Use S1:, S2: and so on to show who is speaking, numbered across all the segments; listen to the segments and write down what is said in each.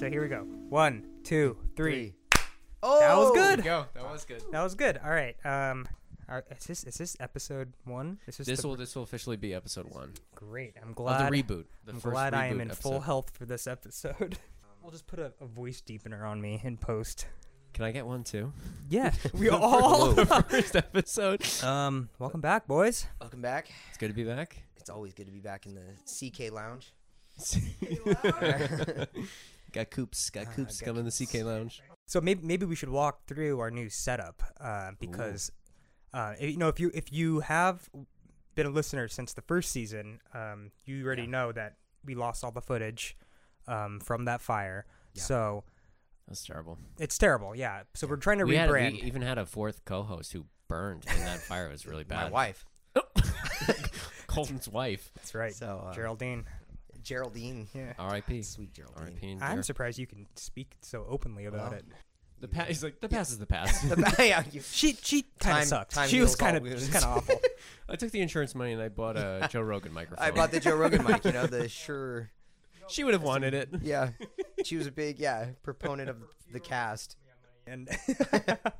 S1: we go. One, two, three.
S2: Oh,
S1: That was good.
S3: There you go. That was good.
S1: That was good. All right. Um, are, is this is this episode one? This is
S3: This
S1: the-
S3: will this will officially be episode one
S1: great. I'm
S3: of
S1: glad.
S3: the reboot. The
S1: I'm
S3: first
S1: glad I am
S3: reboot
S1: in
S3: episode.
S1: full health for this episode. I'll just put a, a voice deepener on me in post.
S3: Can I get one too?
S1: Yeah, we all.
S3: the first episode.
S1: um, welcome back, boys.
S2: Welcome back.
S3: It's good to be back.
S2: It's always good to be back in the CK Lounge.
S3: got Coops. Got
S2: Ah,
S3: Coops
S2: got
S3: coming to the CK Lounge.
S1: So maybe maybe we should walk through our new setup uh, because uh, you know if you if you have been a listener since the first season, um, you already
S2: Yeah.
S1: know that we lost all the footage um, from that fire.
S2: Yeah.
S1: So
S3: That's terrible.
S1: it's terrible. Yeah. So we're trying to
S3: We, had, we
S1: rebrand.
S3: even had a fourth co-host who burned in that fire. It was really bad.
S2: My wife.
S3: Colton's wife.
S1: That's right.
S2: So uh,
S1: Geraldine.
S2: Geraldine.
S1: Yeah.
S3: R.I.P.
S2: Sweet Geraldine.
S3: R.I.P. and
S1: I'm
S3: Ger-
S1: surprised you can speak so openly about
S2: Well,
S1: it.
S3: the past. He's like the past is the past.
S2: yeah, you-
S1: She she kind
S2: Time-
S1: of sucked.
S2: time
S1: She was
S2: heals all
S1: kind of
S2: wounds.
S1: kind of awful.
S3: I took the insurance money and I bought a Joe Rogan microphone.
S2: I bought the Joe Rogan mic, you know, the sure.
S3: She would have wanted it.
S2: Yeah. She was a big, yeah, proponent of the cast.
S1: And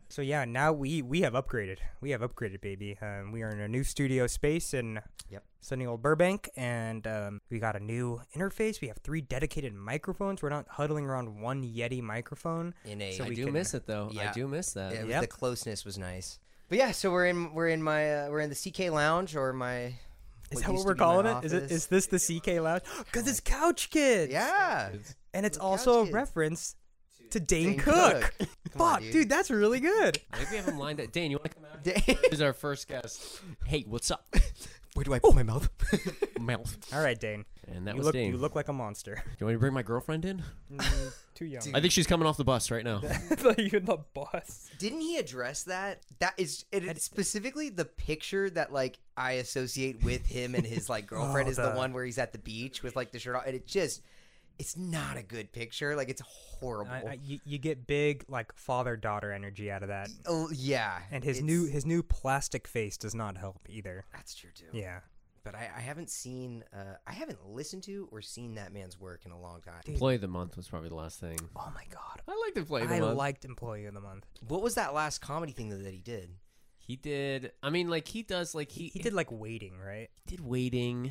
S1: so yeah, now we we have upgraded. We have upgraded, baby. Um, we are in a new studio space in
S2: Yep.
S1: sunny old Burbank, and um, we got a new interface. We have three dedicated microphones. We're not huddling around one Yeti microphone.
S2: In a.
S1: So
S3: I
S1: we
S3: do
S1: can-
S3: miss it though.
S2: Yeah.
S3: I do miss that.
S2: it was- The
S1: Yep.
S2: closeness was nice. But yeah, so we're in we're in my uh, we're in the CK Lounge or my.
S1: Is
S2: what
S1: that
S2: used
S1: what
S2: to
S1: we're
S2: be my
S1: calling it? Is it
S2: office.
S1: is this the CK Lounge? Because it's Couch Kids.
S2: Yeah.
S1: and it's
S2: Couch
S1: also a
S2: Kids.
S1: reference to Dane,
S2: Dane
S1: Cook.
S2: Cook.
S1: Fuck,
S2: Come on,
S1: dude.
S2: dude.
S1: that's really good.
S3: Maybe we have him lined up. Dan, you want to come out?
S2: Dang.
S3: Here's our first guest. Hey, what's up,
S2: Where do I put my mouth?
S3: mouth?
S1: All right, Dane,
S3: And that
S1: you
S3: was
S1: look
S3: Dan.
S1: you look like a monster.
S3: Do you want me to bring my girlfriend in?
S1: Mm, too young.
S3: I think she's coming off the bus right now.
S1: You're the boss.
S2: Didn't he address that? That is it, it's specifically the picture that like I associate with him and his like girlfriend
S1: Oh,
S2: is the,
S1: the-
S2: one where he's at the beach with like the shirt on, and it just it's not a good picture. Like it's horrible.
S1: I, I, you, you get big like father daughter energy out of that,
S2: oh yeah,
S1: and his
S2: it's-
S1: new his new plastic face does not help either.
S2: that's true too.
S1: Yeah,
S2: But I, I haven't seen uh, I haven't listened to or seen that man's work in a long time.
S3: Employee of the month was probably the last thing.
S1: Oh my god.
S3: I liked Employee of the
S1: I
S3: month.
S1: liked Employee of the Month.
S2: What was that last comedy thing that, that he did?
S3: he did. I mean, like he does. Like he
S1: He did like waiting, right?
S3: did waiting.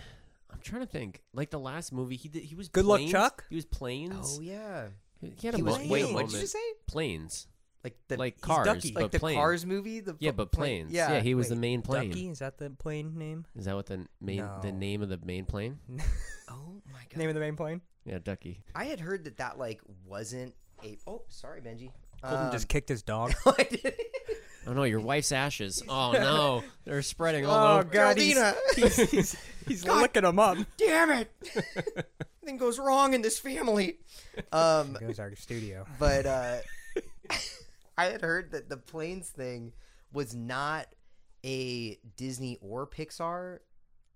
S3: I'm trying to think. Like the last movie, he did. He was
S1: Good Luck
S3: planes.
S1: Chuck?
S3: He was planes.
S2: Oh yeah,
S3: He had a
S2: he was
S3: mo-
S1: wait,
S3: wait
S2: waiting. What
S3: a moment.
S2: did you say?
S3: Planes.
S2: Like the
S3: like
S1: he's
S3: cars,
S1: Ducky.
S3: but
S2: like the
S3: plane.
S2: Cars movie. The
S3: Yeah,
S2: pl-
S3: but
S2: plane-
S3: planes. Yeah, he was
S1: Wait,
S3: the main plane.
S1: Ducky is that the plane name?
S3: Is that what the main
S1: No.
S3: the name of the main plane?
S2: Oh my god.
S1: Name of the main plane?
S3: Yeah, Ducky.
S2: I had heard that that like wasn't a. Oh, sorry, Benji.
S1: Colton
S2: Um,
S1: just kicked his dog.
S2: I did-
S3: Oh no, your wife's ashes. Oh no, they're spreading all
S1: oh
S3: over.
S1: god, he's,
S2: Geraldina.
S1: he's, he's, he's
S2: God.
S1: licking him up.
S2: Damn it! Nothing goes wrong in this family. Um,
S1: Goes our studio.
S2: but uh, I had heard that the planes thing was not a Disney or Pixar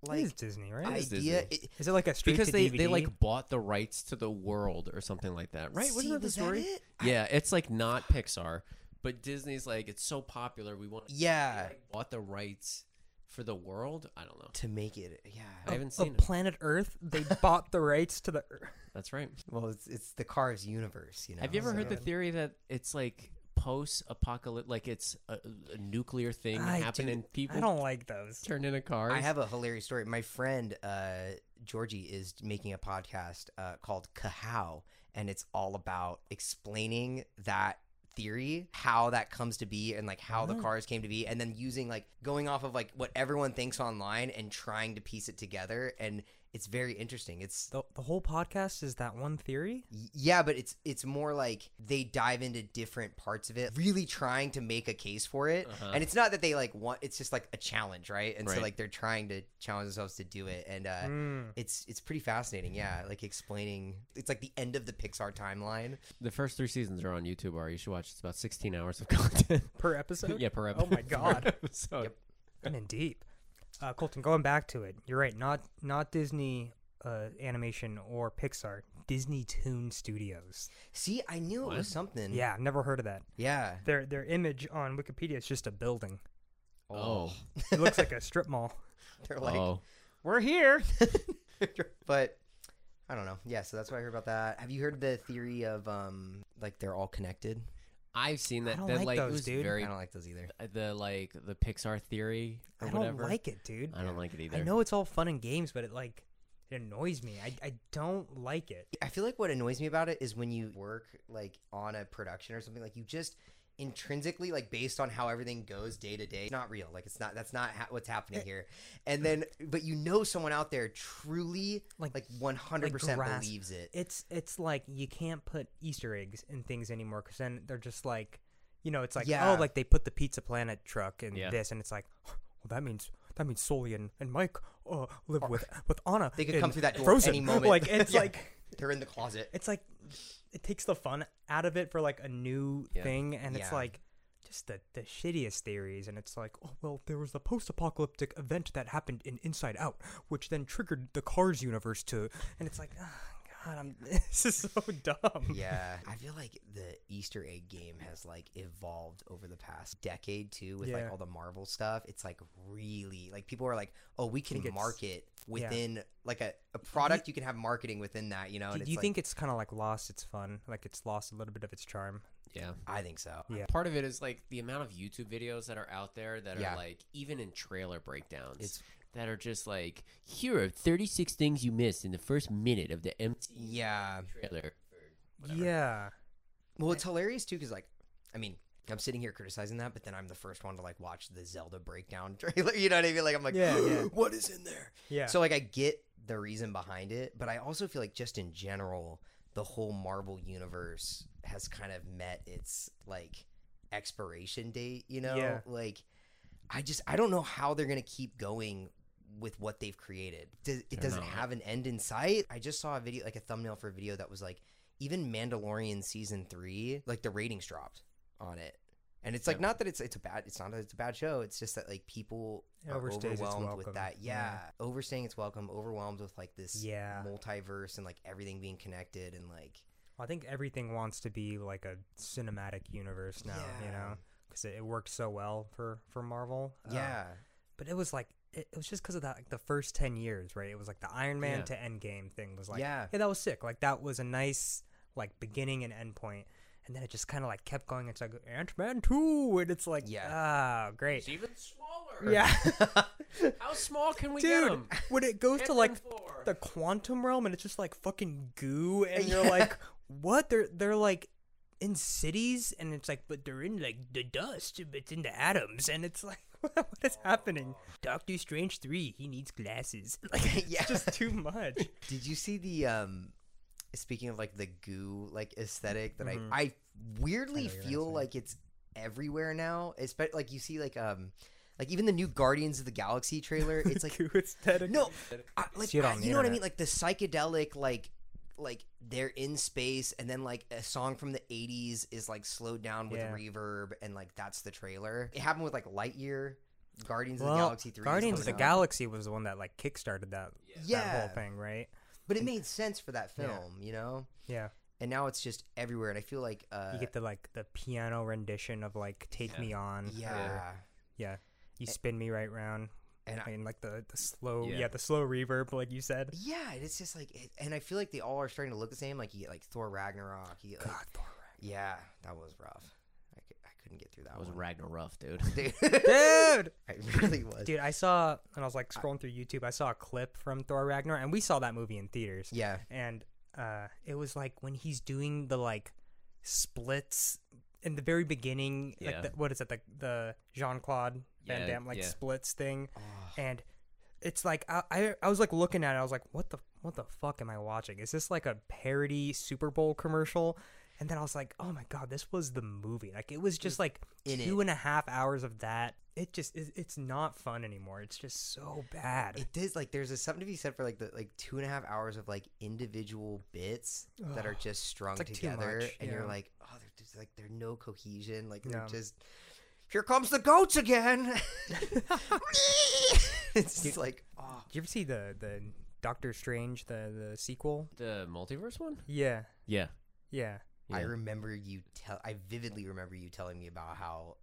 S1: Like, it
S2: like
S1: is Disney, right?
S3: I- is
S2: idea.
S3: Disney.
S2: It-
S1: is it like a street
S3: Because
S1: to
S3: they,
S1: DVD?
S3: they like bought the rights to the world or something like that, right?
S2: see,
S3: Wasn't that the
S2: was
S3: story?
S2: it?
S3: Yeah, it's like not Pixar, but Disney's like it's so popular we want. they,
S2: Yeah,
S3: like, bought the rights for the world. I don't know.
S2: to make it. Yeah.
S3: I haven't
S1: of
S3: seen it.
S1: planet Earth. They bought the rights to the. Earth.
S3: That's right.
S2: Well, it's it's the Cars universe. You know.
S3: Have you ever
S2: so-
S3: heard the theory that it's like post-apocalyptic, like it's a, a nuclear thing
S1: I
S3: happened
S1: do-
S3: and people
S1: I don't like those.
S3: turn into cars?
S2: I have a hilarious story. My friend uh, Georgie is making a podcast uh, called Kahow, and it's all about explaining that theory, how that comes to be, and like how the cars came to be, and then using like going off of like what everyone thinks online and trying to piece it together. And it's very interesting. It's
S1: The, the whole podcast is that one theory.
S2: yeah, but it's it's more like they dive into different parts of it, really trying to make a case for it.
S3: Uh-huh.
S2: And it's not that they like want; it's just like a challenge, right? And so
S3: Right.
S2: like they're trying to challenge themselves to do it, and uh,
S1: Mm.
S2: it's it's pretty fascinating. Yeah, like explaining it's like the end of the Pixar timeline.
S3: The first three seasons are on YouTube. Are you should watch. It's about sixteen hours of content.
S1: Per episode.
S3: yeah, per
S1: Oh
S3: episode.
S1: my God.
S3: episode.
S2: Yep.
S1: I'm in deep. Uh, Colton, going back to it, you're right. Not not Disney uh, animation or Pixar. Disney Toon Studios.
S2: See, I knew it
S3: What?
S2: was something.
S1: Yeah, I've never heard of that.
S2: yeah.
S1: Their their image on Wikipedia is just a building.
S3: Oh,
S1: It looks like a strip mall.
S2: they're like
S3: oh,
S2: we're here, but I don't know. Yeah, so that's what I heard about that. Have you heard the theory of um like they're all connected?
S3: I've seen that.
S1: don't
S3: that,
S1: like
S3: like, it
S1: those,
S3: was
S1: dude.
S2: I
S3: Very, uh,
S2: don't like those either.
S3: the like the Pixar theory or
S1: I don't
S3: whatever.
S1: like it, dude.
S3: I don't like it either.
S1: I know it's all fun and games, but it like it annoys me. I I don't like it.
S2: I feel like what annoys me about it is when you work like on a production or something like you just intrinsically like based on how everything goes day to day it's not real like it's not that's not ha- what's happening
S1: Eh.
S2: here and then but you know someone out there truly
S1: Like-
S2: like 100%
S1: like grasp-
S2: believes it
S1: It's it's like you can't put Easter eggs in things anymore because then they're just like, you know, it's like
S2: Yeah.
S1: oh, like they put the Pizza Planet truck in
S3: Yeah.
S1: this, and it's like, well, that means that means Sully and, and Mike uh, live with with Anna.
S2: They could
S1: in
S2: come through that door
S1: Frozen.
S2: any moment.
S1: Like it's
S2: Yeah.
S1: like
S2: they're in the closet
S1: it's like it takes the fun out of it for like a new
S3: Yeah.
S1: thing, and it's
S2: Yeah.
S1: like. Just the, the shittiest theories, and it's like, oh well, there was the post-apocalyptic event that happened in Inside Out, which then triggered the Cars universe to, and it's like, oh, God, I'm this is so dumb.
S2: yeah i feel like the easter egg game has like evolved over the past decade too with
S1: Yeah.
S2: like all the marvel stuff it's like really like people are like oh we can
S1: think it's-
S2: market within like a, a product you can have marketing within that you know
S1: Do,
S2: and
S1: do
S2: it's
S1: you
S2: like,
S1: think it's kind of like lost its fun? Like it's lost a little bit of its charm.
S3: Yeah.
S2: i think so
S1: Yeah.
S3: Part of it is like the amount of YouTube videos that are out there that
S2: Yeah.
S3: are like even in trailer breakdowns
S2: It's-
S3: that are just like here are 36 things you missed in the first minute of the empty
S2: yeah
S3: trailer.
S1: Yeah,
S2: well it's hilarious too because like i mean i'm sitting here criticizing that but then i'm the first one to like watch the zelda breakdown trailer you know what i mean like i'm like
S1: Yeah, yeah.
S2: what is in there
S1: yeah.
S2: So like I get the reason behind it, but I also feel like just in general, the whole Marvel universe has kind of met its like expiration date, you know?
S1: Yeah.
S2: Like I just I don't know how they're gonna keep going with what they've created. Does, it
S3: They're
S2: doesn't
S3: not.
S2: have an end in sight. I just saw a video like a thumbnail for a video that was like even Mandalorian season three, like the ratings dropped on it. And it's like
S3: Yeah.
S2: not that it's it's a bad it's not that it's a bad show. It's just that like people
S1: It
S2: are
S1: overstays its
S2: overwhelmed
S1: welcome.
S2: with that. Yeah.
S1: Yeah.
S2: Overstaying its welcome, overwhelmed with like this
S1: Yeah.
S2: multiverse and like everything being connected and like
S1: I think everything wants to be like a cinematic universe now. You
S2: Yeah.
S1: know, because it, it worked so well for for Marvel. Um,
S2: yeah.
S1: but it was like it, it was just because of that like the first ten years, right? It was like the Iron Man
S3: Yeah.
S1: to Endgame thing was like,
S2: Yeah.
S1: yeah, that was sick. Like that was a nice like beginning and end point. And then it just kind of like kept going. It's like Ant Man two, and it's like,
S2: Yeah.
S1: ah, great,
S3: even smaller.
S1: yeah,
S3: How small can we get
S1: dude.
S3: them?
S1: When it goes to like the quantum realm and it's just like fucking goo and you're like what they're they're like in cities and it's like but they're in like the dust but it's in the atoms and it's like what is happening doctor strange 3 he needs glasses like it's
S2: Yeah.
S1: just too much
S2: Did you see the um speaking of like the goo like aesthetic that I I
S1: what
S2: weirdly
S1: Mm-hmm. you're gonna
S2: feel
S1: say.
S2: like it's everywhere now. Especially like you see like um like even the new Guardians of the Galaxy trailer, it's like
S1: goo aesthetic
S2: no, I, like
S1: See it
S2: I-
S1: on the
S2: you know what I
S1: internet.
S2: mean? Like the psychedelic, like like they're in space, and then like a song from the '80s is like slowed down with
S1: Yeah.
S2: reverb, and like that's the trailer. It happened with like Lightyear, Guardians of the
S1: well,
S2: Galaxy Three, is
S1: Guardians of the
S2: coming out.
S1: Galaxy was the one that like kickstarted that, that
S2: Yeah.
S1: whole thing, right?
S2: but it made sense for that
S1: Yeah.
S2: film, you know.
S1: Yeah,
S2: And now it's just everywhere, and I feel like uh,
S1: you get the like the piano rendition of like "Take
S3: Yeah.
S1: Me On," or,
S2: yeah,
S1: yeah, "You Spin Me Right Round,"
S2: and I,
S1: and like the, the slow yeah.
S3: Yeah.
S1: the slow reverb like you said
S2: yeah, and it's just like, it, and I feel like they all are starting to look the same. Like you get like Thor Ragnarok, you get, like, yeah, that was rough. I, cou- I couldn't get through that,
S3: That was
S2: one.
S3: Ragnarok, dude.
S1: dude
S2: I really was.
S1: dude i saw and i was like scrolling through youtube i saw a clip from thor ragnar and we saw that movie in theaters
S2: Yeah.
S1: and uh it was like when he's doing the like splits in the very beginning
S3: Yeah.
S1: like the, what is it the, the jean-claude van
S3: Yeah,
S1: damme like
S3: yeah.
S1: splits thing and it's like I, I I was like looking at it. I was like, what the what the fuck am I watching? Is this like a parody Super Bowl commercial? And then I was like, oh my god, this was the movie. Like it was just like
S2: in
S1: two and a half hours of that. It just it, it's not fun anymore. It's just so bad.
S2: It is like there's a, something to be said for like the like two and a half hours of like individual bits that are just strung
S1: like, too
S2: together,
S1: much,
S2: and you're
S1: yeah.
S2: like, oh, they're just like they're no cohesion, like they're
S1: No.
S2: just here comes the goats again. it's just like oh
S1: Did you ever see the the Doctor Strange the the sequel?
S3: the multiverse one?
S1: Yeah,
S3: Yeah.
S1: yeah.
S2: I
S3: Yeah.
S2: remember you tell I vividly remember you telling me about how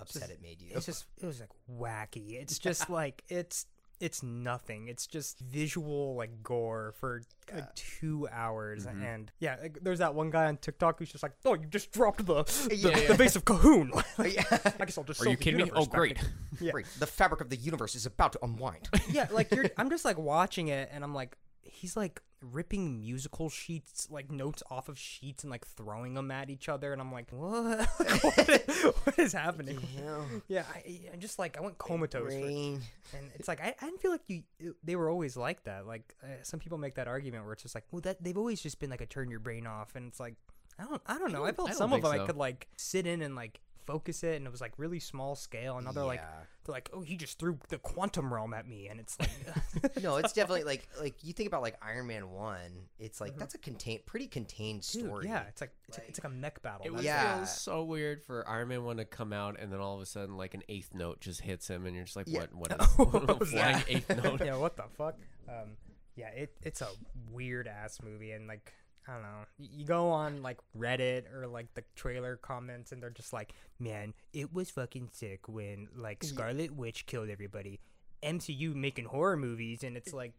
S2: upset
S1: just-
S2: it made you.
S1: It's just it was like wacky. It's just like it's it's nothing. It's just visual like gore for like two hours,
S3: Mm-hmm.
S1: and yeah, like, there's that one guy on TikTok who's just like, "Oh, you just dropped the the,
S2: Yeah, yeah.
S1: the base of Cahoon." Like,
S2: Yeah.
S1: I guess I'll just.
S3: Are
S1: sell
S3: you
S1: the
S3: kidding me?
S1: universe
S3: Oh,
S1: back to
S3: great.
S1: Yeah.
S2: Great. The fabric of the universe is about to unwind.
S1: yeah, like you're, I'm just like watching it, and I'm like, he's like ripping musical sheets, like notes off of sheets, and like throwing them at each other, and I'm like, what? what, is, what is happening? Yeah, I, I'm just like, I went comatose, for,
S2: Rain.
S1: and it's like I, I didn't feel like you. it- They were always like that. Like uh, some people make that argument where it's just like, well, that they've always just been like a turn your brain off, and it's like, I don't, I don't know. I, felt
S3: I don't
S1: some of
S3: think
S1: them I
S3: so.
S1: could like sit in and like focus it, and it was like really small scale, and now they're like.
S2: Yeah.
S1: They're like, oh, he just threw the quantum realm at me, and it's like,
S2: no, it's definitely like like you think about like Iron Man one. It's like that's a contain pretty contained
S1: Dude,
S2: story.
S1: yeah, it's like it's, it's like a mech battle.
S3: It
S1: Oh, That's-
S3: would
S2: Yeah.
S3: feel so weird for Iron Man one to come out and then all of a sudden like an eighth note just hits him and you're just like,
S2: Yeah.
S3: what? What is
S1: What was
S3: flying
S1: that?
S3: eighth note?
S1: yeah, what the fuck? Um, yeah, it it's a weird ass movie, and like I don't know, Y- you go on like Reddit or like the trailer comments, and they're just like, man, it was fucking sick when like Scarlet Witch killed everybody. MCU making horror movies, and it's like,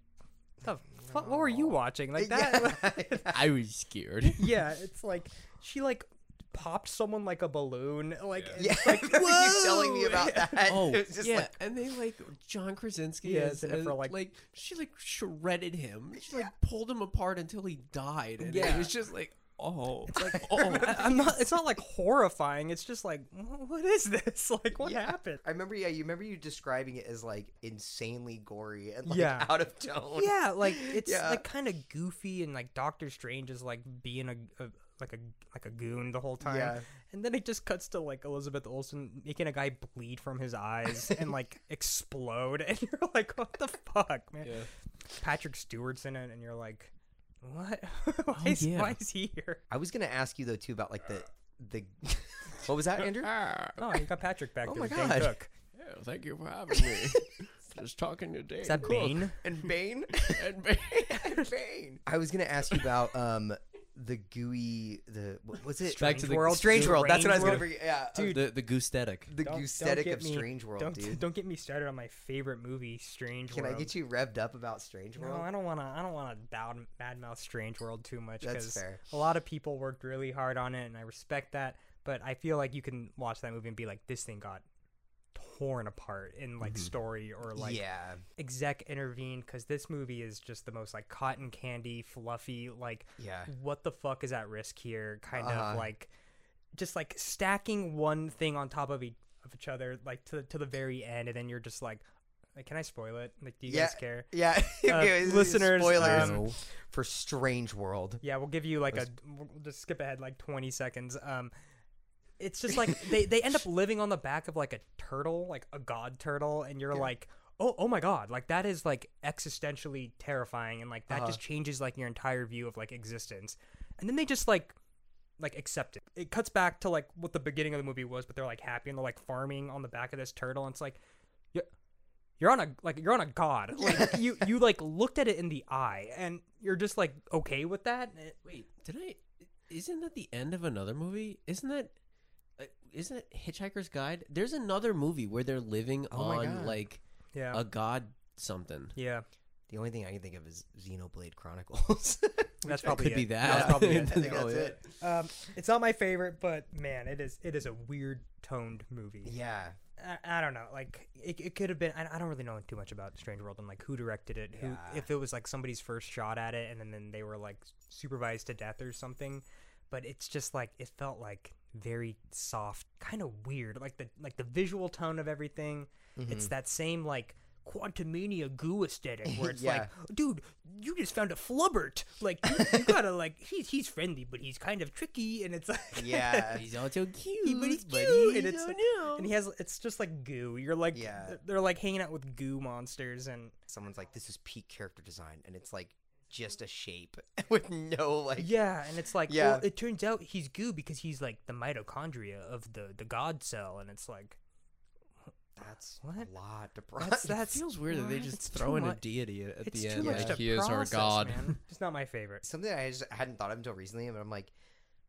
S1: the fu- what were you watching? Like that.
S2: Yeah.
S3: I was scared.
S1: yeah, it's like she like popped someone like a balloon. Like,
S3: Yeah.
S1: it's
S2: yeah.
S1: like,
S2: Like, you telling me
S1: "Whoa!"
S2: about that?
S3: Oh,
S2: It was just
S3: yeah,
S2: like,
S3: and they like John Krasinski
S1: Yeah, it's
S3: is
S1: in it
S3: uh,
S1: for,
S3: like,
S1: like-
S3: she like shredded him. She like pulled him apart until he died, and it
S1: Yeah.
S3: was just like, oh, like oh,
S1: I- I'm not. It's not like horrifying. It's just like, "Wh- what is this? Like, what happened?
S2: I remember. Yeah, you remember you describing it as like insanely gory and like
S1: Yeah.
S2: out of tone.
S1: Yeah, like it's
S2: Yeah.
S1: like kind of goofy, and like Doctor Strange is like being a, a like a like a goon the whole time.
S2: Yeah.
S1: And then it just cuts to like Elizabeth Olsen making a guy bleed from his eyes and like explode, and you're like, what the fuck, man?
S3: Yeah.
S1: Patrick Stewart's in it, and you're like, what?
S2: Oh,
S1: why, is,
S3: yeah.
S1: why is he here?
S2: I was gonna ask you though too about like the the what was that, Andrew?
S3: Ah,
S1: Oh, you got Patrick back
S2: Oh
S1: there.
S2: my
S1: with Dane
S2: God.
S1: Cook.
S3: yeah, thank you for having me. just talking today.
S1: Is that Bane?
S2: and Bane.
S3: And Bane.
S2: and Bane. I was gonna ask you about um the gooey the what was it
S3: Back to the-
S2: Strange World. That's what I was gonna
S1: Strange World.
S2: forget. Yeah, uh,
S1: Dude.
S3: Oh, the the goosethetic.
S2: the
S1: Don't- don't
S2: goosetic
S1: get
S2: of
S1: me-
S2: Strange World,
S1: don't,
S2: dude.
S1: Don't get me started on my favorite movie, Strange
S2: Can
S1: World.
S2: I get you revved up about Strange
S1: No,
S2: World?
S1: I don't want to. I don't want to down badmouth Strange World too much
S2: That's
S1: because
S2: fair.
S1: a lot of people worked really hard on it, and I respect that. But I feel like you can watch that movie and be like, this thing got torn apart in like story or like
S2: Mm-hmm. yeah,
S1: exec intervened because this movie is just the most like cotton candy, fluffy, like
S2: yeah.
S1: what the fuck is at risk here kind
S2: Uh-huh.
S1: of like just like stacking one thing on top of each of each other like to to the very end and then you're just like like, can I spoil it? Like do you guys
S2: Yeah.
S1: care?
S2: Yeah, Okay,
S1: Uh, listeners,
S2: spoilers
S1: um,
S2: for Strange World.
S1: Yeah, we'll give you like a we'll just skip ahead like 20 seconds. Um it's just like they they end up living on the back of like a turtle, like a god turtle and you're like Oh, oh my god like that is like existentially terrifying and like that just changes like your entire view of like existence and then they just like like accept it it cuts back to like what the beginning of the movie was but they're like happy and they're like farming on the back of this turtle and it's like you're, you're on a like you're on a god like you you like looked at it in the eye and you're just like okay with that And it-
S3: Wait, did I? Isn't that the end of another movie? Isn't that? uh, Isn't it Hitchhiker's Guide? There's another movie where they're living
S2: Oh my
S3: on
S2: God.
S3: like
S1: yeah
S3: a god something.
S1: yeah
S2: The only thing I can think of is Xenoblade Chronicles.
S1: that's
S2: Which I-
S1: probably
S3: Could be
S1: it.
S3: that.
S1: That's probably it.
S2: I think
S3: Oh,
S2: that's
S3: yeah.
S2: it.
S1: Um, it's not my favorite, but man, it is it is a weird toned movie.
S2: Yeah,
S1: I, I don't know, like it, it could have been. I, I don't really know too much about Strange World and like who directed it, who
S2: Yeah.
S1: if it was like somebody's first shot at it, and then, then they were like supervised to death or something. But it's just like it felt like very soft, kind of weird, like the like the visual tone of everything.
S2: Mm-hmm.
S1: It's that same like. Quantumania goo aesthetic, where it's like, dude, you just found a flubbert. Like, you, you gotta like, he's he's friendly, but he's kind of tricky, and it's like,
S2: yeah.
S3: He's also cute,
S1: but he's
S3: but
S1: cute,
S3: he's-
S1: and it's-
S3: oh,
S1: and he has it's just like goo. You're like
S2: Yeah.
S1: they're like hanging out with goo monsters and
S2: Someone's like, "This is peak character design," and it's like just a shape with no like.
S1: yeah, and it's like
S2: Yeah.
S1: well, it turns out he's goo because he's like the mitochondria of the the god cell and it's like
S2: That's
S1: What?
S2: a lot to process.
S1: that's that's
S3: It feels weird that they
S1: what?
S3: just
S1: It's
S3: throw
S1: too
S3: in a
S1: much-
S3: deity at
S1: It's
S3: the
S1: too
S3: end.
S1: much to
S3: like, he is our
S1: process,
S3: god.
S1: man. It's not my favorite.
S2: something I just hadn't thought of until recently, but I'm like,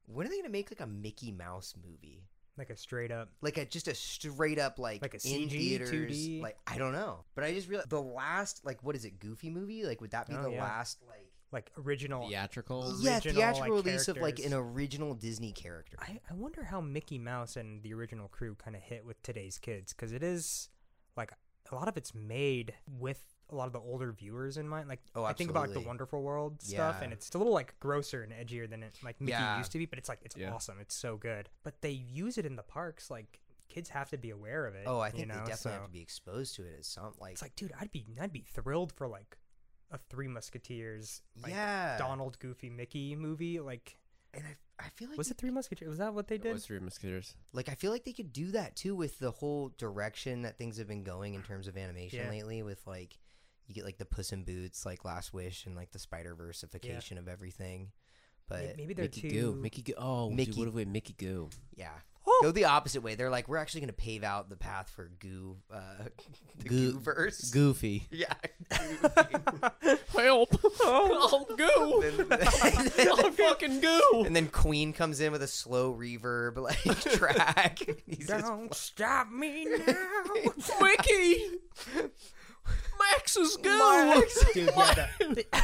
S2: when are they gonna make like a Mickey Mouse movie?
S1: like a straight up.
S2: like a just a straight up like,
S1: Like a
S2: in
S1: CG,
S2: theaters
S1: 2D?
S2: like i don't know but i just realized the last like what is it goofy movie like would that be
S1: Oh,
S2: the
S1: yeah.
S2: last like
S1: like original.
S3: Theatrical.
S1: Yeah. original,
S2: yeah
S1: like,
S2: theatrical release of like an
S1: characters.
S2: original disney character
S1: I, I wonder how Mickey Mouse and the original crew kind of hit with today's kids because it is like a lot of it's made with a lot of the older viewers in mind. Like
S2: Oh,
S1: I think about like, the
S2: absolutely.
S1: Wonderful World stuff,
S2: Yeah.
S1: and it's a little like grosser and edgier than it like Mickey
S2: Yeah.
S1: used to be, but it's like it's
S3: Yeah.
S1: awesome. It's so good. But they use it in the parks. Like kids have to be aware of it.
S2: oh i
S1: you
S2: think
S1: know?
S2: they definitely
S1: So
S2: have to be exposed to it as some like,
S1: It's like, dude, I'd be I'd be thrilled for like a Three Musketeers, like
S2: yeah
S1: Donald, Goofy, Mickey movie. Like,
S2: and i, I feel like
S1: was
S2: they-
S1: it Three Musketeers? Was that what they
S3: It
S1: did?
S3: was Three Musketeers.
S2: like i feel like they could do that too with the whole direction that things have been going in terms of animation
S1: Yeah.
S2: lately with like you get like the puss in boots like last wish and like the spider versification of everything
S1: May-
S2: but
S1: Maybe they're
S3: Mickey
S1: too.
S3: Goo. Mickey Goo. Oh, Mickey.
S2: Mickey-
S3: dude, what if we had Mickey Goo?
S2: yeah
S1: Oh!
S2: go the opposite way. They're like, we're actually going to pave out the path for goo, uh, the
S3: Goo-
S2: goo, verse.
S3: Goofy.
S2: Yeah.
S3: Help!
S2: Then-
S3: I'm
S2: then-
S3: Oh, fucking goo.
S2: and then Queen comes in with a slow reverb like track. He's just-
S1: Don't stop me now.
S3: Mickey. Max is
S2: Max.
S1: dude, yeah, the,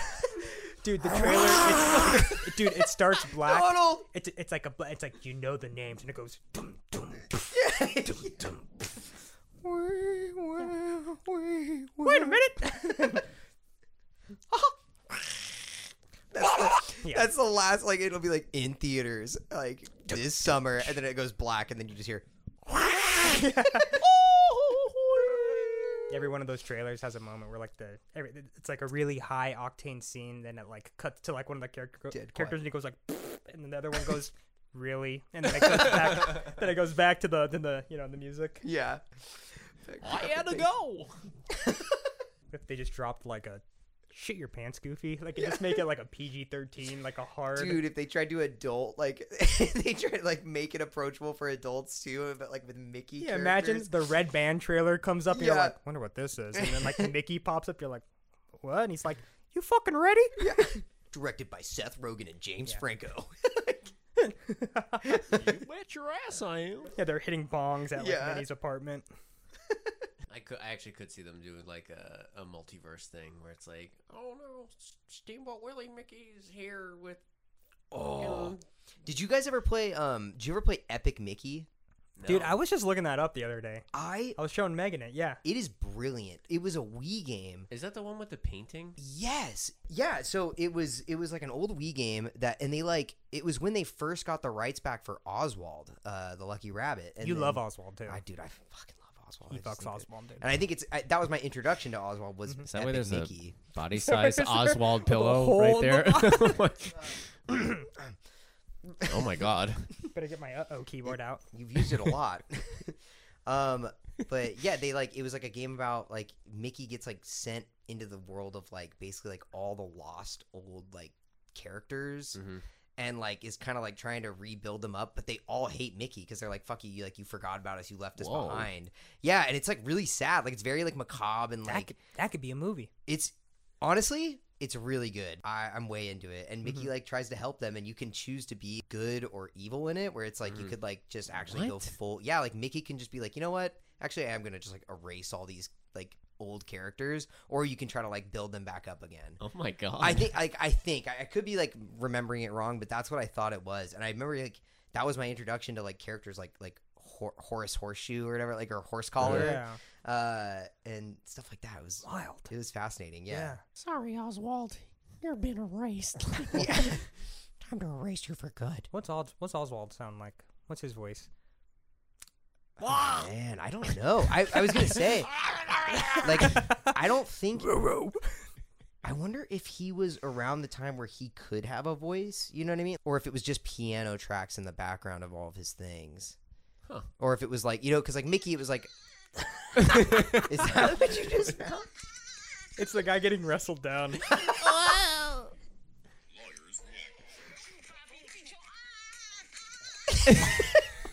S1: dude, the trailer, it's, dude, it starts black.
S2: Donald.
S1: It's it's like a bla- it's like you know the names and it goes. Dum, dum, dum, dum, dum. Wait a minute. Yeah.
S2: That's the last. Like it'll be like in theaters like this summer, and then it goes black, and then you just hear.
S1: Every one of those trailers has a moment where like the every, it's like a really high octane scene, then it like cuts to like one of the character,
S2: Dead quiet.
S1: characters and it goes like, and then the other one goes really, and then it goes back, then it goes back to the to the you know the music.
S2: Yeah.
S3: go.
S1: if they just dropped like a shit your pants goofy like and just make it like a pg-13 like a hard
S2: dude if they tried to adult like they tried to like make it approachable for adults too but like with mickey
S1: yeah imagine the red band trailer comes up and you're
S2: Yeah.
S1: like wonder what this is and then like mickey pops up you're like what and he's like you fucking ready
S2: imagine directed by seth rogen and james franco
S3: Bet your ass I am.
S1: yeah they're hitting bongs at like
S2: Yeah.
S1: minnie's apartment
S3: I could. I actually could see them doing like a, a multiverse thing where it's like, oh no, S- Steamboat Willie Mickey's here with.
S2: oh did you guys ever play um did you ever play epic mickey
S1: dude i was just looking that up the other day
S2: i
S1: i was showing megan it yeah
S2: it is brilliant it was a wii game
S3: Is that the one with the painting?
S2: Yes. Yeah, so it was it was like an old Wii game that and they like it was when they first got the rights back for Oswald, uh the Lucky Rabbit. And
S1: you
S2: then-
S1: love oswald too
S2: I dude, I fucking love Oswald.
S1: he
S2: I just
S1: fucks
S2: think that-
S1: oswald Mm-hmm. dude
S2: And I think it's I, that was my introduction to Oswald was
S3: Is that why
S2: Epic
S3: there's a-
S2: Mickey.
S3: Body size
S1: There's a
S3: Oswald pillow
S1: hole
S3: right
S1: in
S3: there.
S1: the
S3: oh my god.
S1: better get my uh-oh keyboard out
S2: You've used it a lot. um, but yeah, they like it was like a game about like Mickey gets like sent into the world of like basically like all the lost old like characters.
S3: Mhm.
S2: And like is kind of like trying to rebuild them up, but they all hate Mickey because they're like, "Fuck you! you, Like you forgot about us, you left us
S3: Whoa.
S2: behind." Yeah, and it's like really sad. Like it's very like macabre and
S1: that
S2: like
S1: could, that could be a movie
S2: it's honestly it's really good I, i'm way into it and
S3: Mm-hmm.
S2: mickey like tries to help them and you can choose to be good or evil in it where it's like you
S3: Mhm.
S2: could like just actually go
S3: What?
S2: full yeah like mickey can just be like you know what actually i'm gonna just like erase all these like old characters or you can try to like build them back up again
S3: Oh my god.
S2: I think like I think I, I could be like remembering it wrong, but that's what I thought it was, and I remember like that was my introduction to like characters like like Hor- Horace Horseshoe or whatever, like or Horse Collar,
S1: yeah
S2: uh, and stuff like that. It was
S1: wild
S2: it was fascinating. yeah.
S1: yeah
S4: Sorry, Oswald. You've been erased. Time to erase you for good.
S1: what's Os- what's oswald sound like what's his voice
S2: Oh, man, I don't know. I, I was gonna say, like, I don't think. I wonder if he was around the time where he could have a voice. You know what I mean? Or if it was just piano tracks in the background of all of his things.
S3: Huh.
S2: Or if it was like you know, because like Mickey, it was like. Is that what you just found?
S1: it's the guy getting wrestled down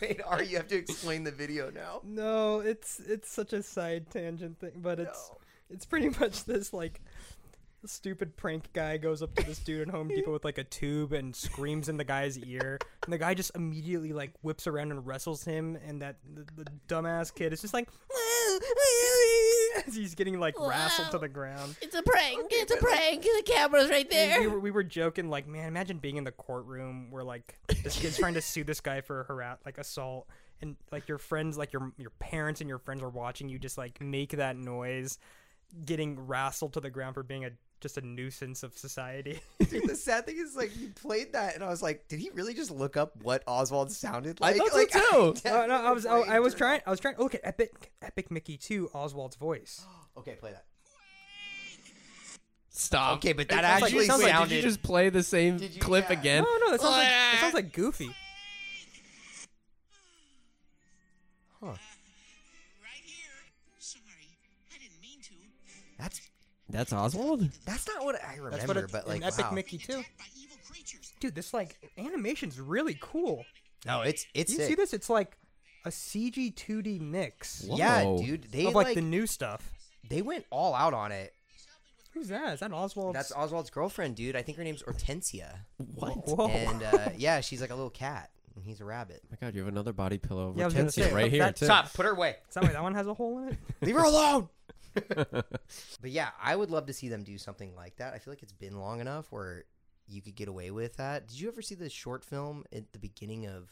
S2: Wait, are you have to explain the video now?
S1: No, it's it's such a side tangent thing, but it's it's pretty much this like stupid prank guy goes up to this dude in Home Depot with like a tube and screams in the guy's ear, and the guy just immediately like whips around and wrestles him, and that the, the dumbass kid is just like. as He's getting like wrestled to the ground.
S5: It's a prank. it's a prank. The camera's right
S1: We
S5: there.
S1: were, we were joking, like, man, imagine being in the courtroom where like this kid's trying to sue this guy for harass, like assault, and like your friends, like your your parents and your friends are watching you just like make that noise, getting wrestled to the ground for being a just a nuisance of society.
S2: Dude, the sad thing is, like, you played that, and I was like, did he really just look up what Oswald sounded like?
S1: thought so,
S2: like,
S1: too.
S2: I
S1: no, no, I was I, I was
S2: definitely-
S1: trying I was trying. Look at epic epic Mickey too. Oswald's voice.
S2: Okay, play that.
S3: Stop.
S2: Okay, but that
S1: It's like-
S2: actually
S1: it sounds
S3: Wait,
S1: like-
S2: sounded.
S3: did you just play the same
S2: Did you-
S3: clip
S2: yeah.
S1: No,
S3: again?
S1: Oh, no, that sounds like that sounds like Goofy.
S6: Right here. Sorry, I didn't mean to.
S2: That's
S3: That's Oswald.
S2: that's not what I remember.
S1: That's what it's
S2: but
S1: in
S2: like,
S1: epic
S2: wow.
S1: Mickey too.
S6: Attacked by evil creatures.
S1: Dude, this like animation's really cool.
S2: No, it's it's
S1: You
S2: sick.
S1: see this? It's like a CG 2D mix.
S2: Yeah,
S3: Whoa.
S2: dude, they
S1: of
S2: like,
S1: like, the new stuff.
S2: they went all out on it.
S1: Who's that? Is that Oswald?
S2: That's Oswald's girlfriend, dude. I think her name's Hortensia,
S3: What?
S1: Whoa.
S2: and uh, yeah, she's like a little cat, and he's a rabbit.
S3: my God, you have another body pillow of
S1: Yeah, I was gonna
S3: Hortensia
S1: say, uh,
S3: right here
S1: that-
S3: too.
S2: Stop! Put her away.
S1: Is that why that one has a hole in it?
S2: Leave her alone. but yeah, I would love to see them do something like that. I feel like it's been long enough where you could get away with that. Did you ever see the short film at the beginning of?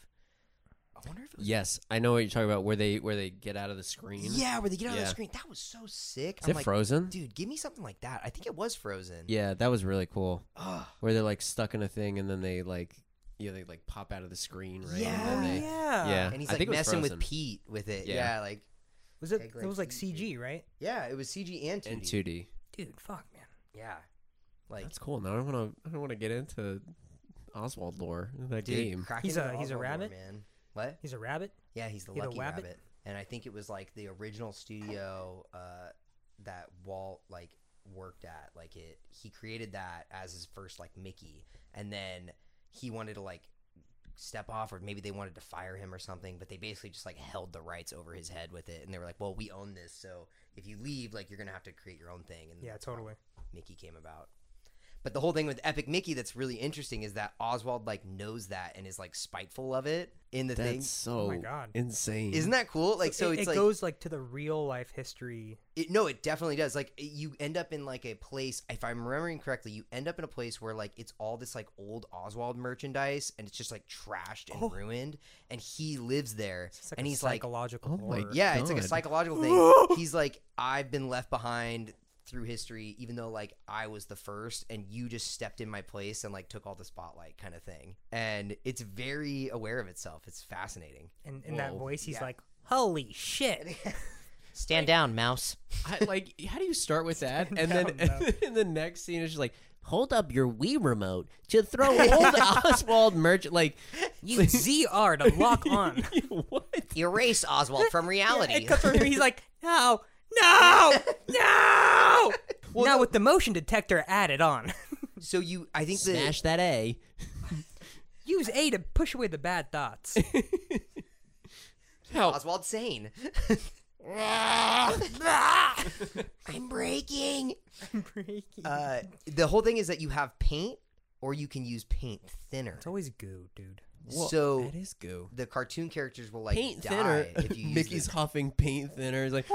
S2: I wonder if it was
S3: Yes, I know what you're talking about. Where they where they get out of the screen.
S2: Yeah, where they get out of
S3: Yeah.
S2: the screen. That was so sick.
S3: Is
S2: I'm
S3: it
S2: like,
S3: Frozen?
S2: dude, give me something like that. I think it was Frozen.
S3: Yeah, that was really cool.
S2: Ugh.
S3: Where they're like stuck in a thing and then they like yeah they like pop out of the screen right.
S2: Oh,
S3: And then they,
S1: yeah.
S3: yeah.
S2: And he's
S3: I
S2: like
S3: think it was
S2: messing with
S3: Frozen.
S2: Pete with it. Yeah.
S3: Yeah.
S2: like
S1: Was it?
S2: Take,
S1: It
S2: like,
S1: was like
S2: CG.
S1: CG, right?
S2: yeah, it was CG and 2D.
S3: in 2D.
S1: Dude, fuck, man.
S2: Yeah, like
S3: That's cool. Now I want to I don't want to get into Oswald lore in that
S2: dude,
S3: game.
S2: crack
S1: He's
S2: into
S1: a- he's a
S2: Oswald lore,
S1: rabbit?
S2: man. What?
S1: He's a rabbit.
S2: Yeah, he's the
S1: He's a
S2: lucky
S1: wabbit?
S2: rabbit. And I think it was like the original studio uh, that Walt like worked at. Like it, he created that as his first like Mickey, and then he wanted to like step off, or maybe they wanted to fire him or something. But they basically just like held the rights over his head with it, and they were like, "Well, we own this, so if you leave, like you're gonna have to create your own thing." And
S1: Yeah,
S2: that's how
S1: totally.
S2: Mickey came about. But the whole thing with Epic Mickey that's really interesting is that Oswald like knows that and is like spiteful of it in the
S3: That's
S2: thing.
S3: so
S1: Oh my God.
S3: insane.
S2: Isn't that cool? Like, so,
S1: Mm-hmm. it,
S2: it's
S1: it
S2: like,
S1: goes like to the real life history.
S2: it, no, it definitely does. Like, it- you end up in like a place. If I'm remembering correctly, you end up in a place where like it's all this like old Oswald merchandise, and it's just like trashed and
S1: Oh.
S2: ruined. And he lives there,
S1: It's like
S2: and
S1: a
S2: he's like,
S1: psychological.
S3: Oh my
S1: horror.
S2: yeah, it's like a
S3: God.
S2: psychological thing. he's like, I've been left behind through history, even though like I was the first, and you just stepped in my place and like took all the spotlight, kind of thing. And it's very aware of itself. It's fascinating.
S1: And in that
S3: Whoa.
S1: voice, he's
S2: Yeah.
S1: like, "Holy shit!"
S2: Stand down, mouse.
S3: I, like how do you start with that and
S1: down,
S3: then
S1: though.
S3: in the next scene it's just like hold up your Wii remote to throw old Oswald merch like
S1: You ZR to lock on.
S3: what?
S2: Erase Oswald from reality.
S1: it comes from him. He's like, "No, no, no!" now with the motion detector added on.
S2: so you, I think the
S3: Smash that A.
S1: Use A to push away the bad thoughts.
S2: Oswald sane. I'm breaking. Uh, the whole thing is that you have paint, or you can use paint thinner.
S1: It's always goo, dude.
S2: so
S3: that is goo.
S2: the cartoon characters will like
S3: paint
S2: die
S3: thinner.
S2: if you use
S3: Mickey's
S2: this.
S3: huffing paint thinner. It's like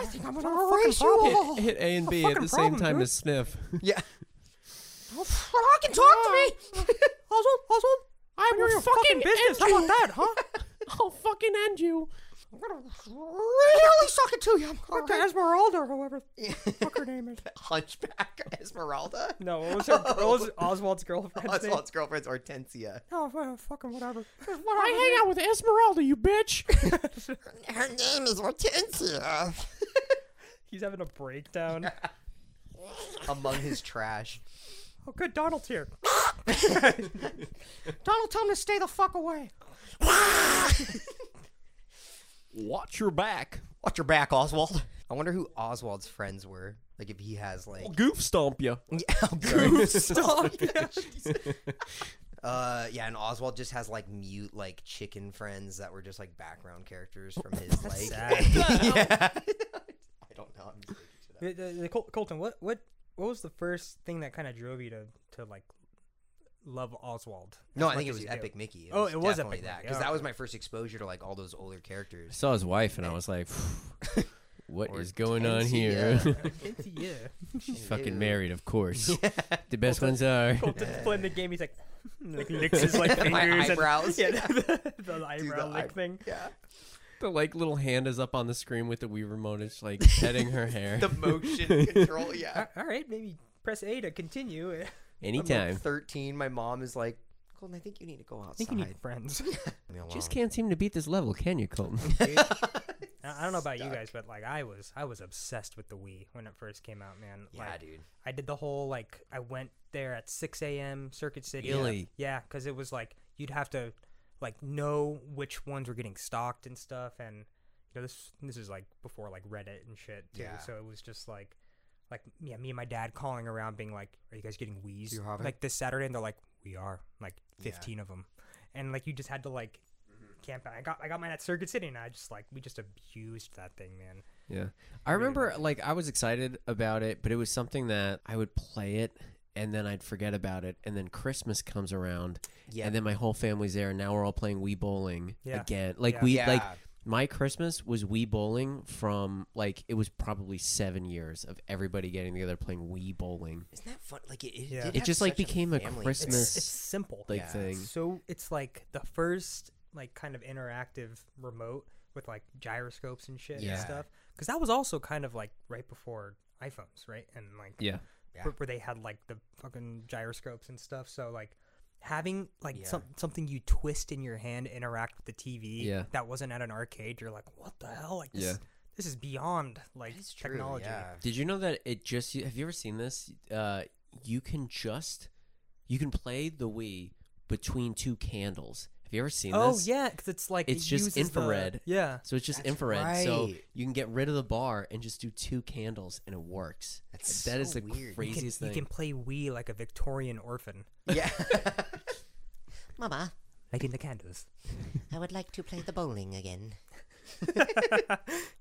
S4: I think I'm gonna
S1: fucking
S4: erase you
S1: problem.
S2: oh,
S4: all.
S3: hit, hit A and B at
S1: fucking
S3: the same
S1: problem,
S3: time
S1: dude.
S3: to sniff.
S2: Yeah,
S4: Well, I can talk to me.
S1: Oswald, Oswald,
S4: I will
S1: your
S4: fucking,
S1: fucking business. How
S4: end
S1: about
S4: you.
S1: that, huh?
S4: I'll fucking end you. I'm gonna really suck it to you. I'm gonna
S1: Dr. Esmeralda or whoever the
S2: Yeah.
S1: fuck her name is.
S2: Hunchback Esmeralda.
S1: No, what was, her, what was Oswald's girlfriend's name?
S2: Oswald's girlfriend's Hortensia.
S1: No, fu- Oh, fucking whatever.
S4: I hang out with Esmeralda, you bitch.
S2: Her name is Hortensia.
S1: He's having a breakdown.
S2: Among his trash.
S1: Oh, good, Donald's here.
S4: Donald, tell him to stay the fuck away.
S3: Watch your back.
S2: Watch your back, Oswald. I wonder who Oswald's friends were. Like if he has like
S1: Oh,
S3: Goof stomp you.
S2: Yeah, Goof stomp. uh, yeah, and Oswald just has like mute like chicken friends that were just like background characters from his like.
S1: sad.
S2: Yeah. I don't know. I'm just making shit it up.
S1: The, the, the Col- Colton, what what what was the first thing that kind of drove you to to like love Oswald? as
S2: No, I
S1: much
S2: think it
S1: as
S2: was
S1: you do?
S2: Epic Mickey.
S1: Oh, it was
S2: definitely
S1: Epic
S2: that
S1: Mickey.
S2: because
S1: Okay.
S2: that was my first exposure to like all those older
S3: I
S2: characters.
S3: saw his wife and I was like, what is going on here?
S2: Hortensia.
S1: yeah.
S2: She's
S3: Fucking married, of course. The best ones are.
S1: Colton's playing the game. He's like, hmm, like licks his like fingers
S2: My
S1: and
S2: eyebrows.
S1: yeah, the, the, eyebrow lick
S2: eye-
S1: thing.
S2: Yeah.
S3: The like little hand is up on the screen with the Wii remote. It's like petting her hair.
S2: The motion control. Yeah.
S1: All right, maybe press A to continue. I
S2: I'm
S3: Anytime.
S2: like 13. My mom is like, Colton, I think you need to go outside.
S1: think you need friends.
S2: Leave me
S3: Just
S2: alone."
S3: can't seem to beat this level, can you, Colton?
S1: I I don't know about you guys, but like I was, I was obsessed with the Wii when it first came out, man.
S2: Yeah,
S1: like,
S2: dude.
S1: I did the whole like I went there at 6 a.m. Circuit City.
S3: Really?
S1: Yeah, because it was like you'd have to like know which ones were getting stocked and stuff, and you know this this is like before like Reddit and shit too.
S2: Yeah.
S1: So it was just like like yeah, me and my dad calling around, being like, "Are you guys getting Wii's?"
S2: you have it?
S1: Like this Saturday, and they're like, "We are." Like 15 of 'em. of them, and like you just had to like.
S2: Mm-hmm.
S1: Camp out. I got I got mine at Circuit City, and I just like we just abused that thing, man.
S3: Yeah. I remember like I was excited about it, but it was something that I would play it and then I'd forget about it and then Christmas comes around
S2: Yeah.
S3: and then my whole family's there and now we're all playing Wii bowling
S1: Yeah.
S3: again. Like
S1: Yeah.
S3: we like
S2: Yeah.
S3: my Christmas was Wii bowling from like it was probably 7 years of everybody getting together playing Wii bowling.
S2: Isn't that fun? Like it, it,
S1: Yeah.
S2: did
S1: It
S2: have
S3: just, like,
S2: such
S3: became a
S2: family
S1: It's,
S3: Christmas-
S1: it's simple.
S3: Like
S2: Yeah.
S3: thing.
S1: so it's like the first like kind of interactive remote with like gyroscopes and shit and
S2: Yeah.
S1: stuff because that was also kind of like right before iphones right and like
S3: Yeah.
S2: Yeah.
S1: where, where they had like the fucking gyroscopes and stuff so like having like
S2: Yeah.
S1: some, something you twist in your hand to interact with the tv
S3: Yeah.
S1: that wasn't at an arcade you're like what the hell like this,
S3: Yeah.
S1: this is beyond like
S2: That is true,
S1: technology
S2: yeah.
S3: Did you know that it just have you ever seen this? Uh, you can just you can play the Wii between two candles. Have you ever seen
S1: oh
S3: this?
S1: yeah because it's like
S3: It's
S1: it
S3: just
S1: uses the-
S3: infrared.
S1: yeah
S3: So it's just
S2: That's
S3: infrared. So
S2: right.
S3: you can get rid of the bar and just do two candles and it works.
S2: That's
S3: That is
S2: so weird.
S3: the
S2: You can-
S1: you can,
S3: craziest
S1: you
S3: thing.
S1: can play Wii like a Victorian orphan,
S2: Yeah.
S4: Mama,
S1: lighting the candles.
S4: I would like to play the bowling again.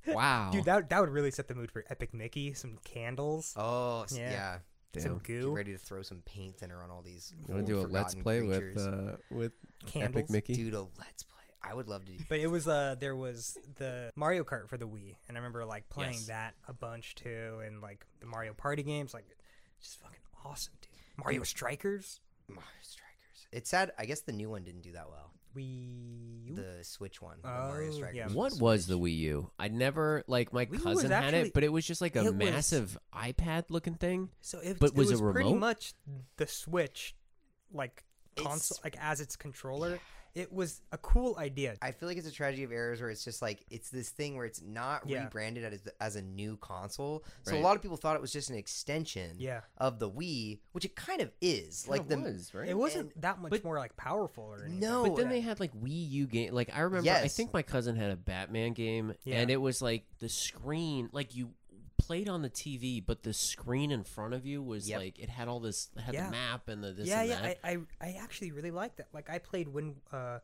S3: Wow.
S1: Dude, that that would really set the mood for Epic Mickey. Some candles,
S2: oh, s-
S1: Yeah.
S2: yeah.
S1: some
S2: Get
S1: goo,
S2: ready to throw some paint thinner on all these.
S3: you want to do a
S2: old
S3: let's
S2: forgotten
S3: play
S2: creatures.
S3: with uh, with
S1: candles.
S3: Epic Mickey?
S2: Dude, a let's play. I would love to do
S1: But it was uh, there was the Mario Kart for the Wii, and I remember like playing
S3: Yes.
S1: that a bunch too, and like the Mario Party games, like just fucking awesome, dude. Mario Strikers,
S2: Mario Strikers. It's sad. I guess the new one didn't do that well.
S1: Wii. U?
S2: The Switch one. the Mario
S1: Oh,
S2: Strikers.
S1: yeah.
S2: on
S3: What
S2: Switch.
S3: was the Wii U? I never like my
S1: Wii U was
S3: cousin had
S1: actually-
S3: it, but it was just like a
S1: it was-
S3: massive iPad looking thing.
S1: so it,
S3: but
S1: it
S3: was
S1: was,
S3: it
S1: pretty
S3: remote?
S1: much the Switch, like
S2: It's-
S1: console, like as its controller. It was a cool idea.
S2: I feel like it's a tragedy of errors where it's just like it's this thing where it's not
S1: Yeah.
S2: rebranded as, as a new console. So
S3: Right.
S2: a lot of people thought it was just an extension
S1: Yeah.
S2: of the Wii, which it kind of is. like the
S3: right?
S1: It wasn't that much more like powerful or anything.
S2: No,
S3: But then they had like Wii U game. Like I remember, I
S2: Yes.
S3: think my cousin had a Batman game,
S1: Yeah.
S3: and it was like the screen, like you played on the TV, but the screen in front of you was
S2: Yep.
S3: like it had all this, it had
S1: Yeah.
S3: the map and the this
S1: yeah,
S3: and
S1: yeah.
S3: that.
S1: I, I I actually really like that. Like I played Wind uh,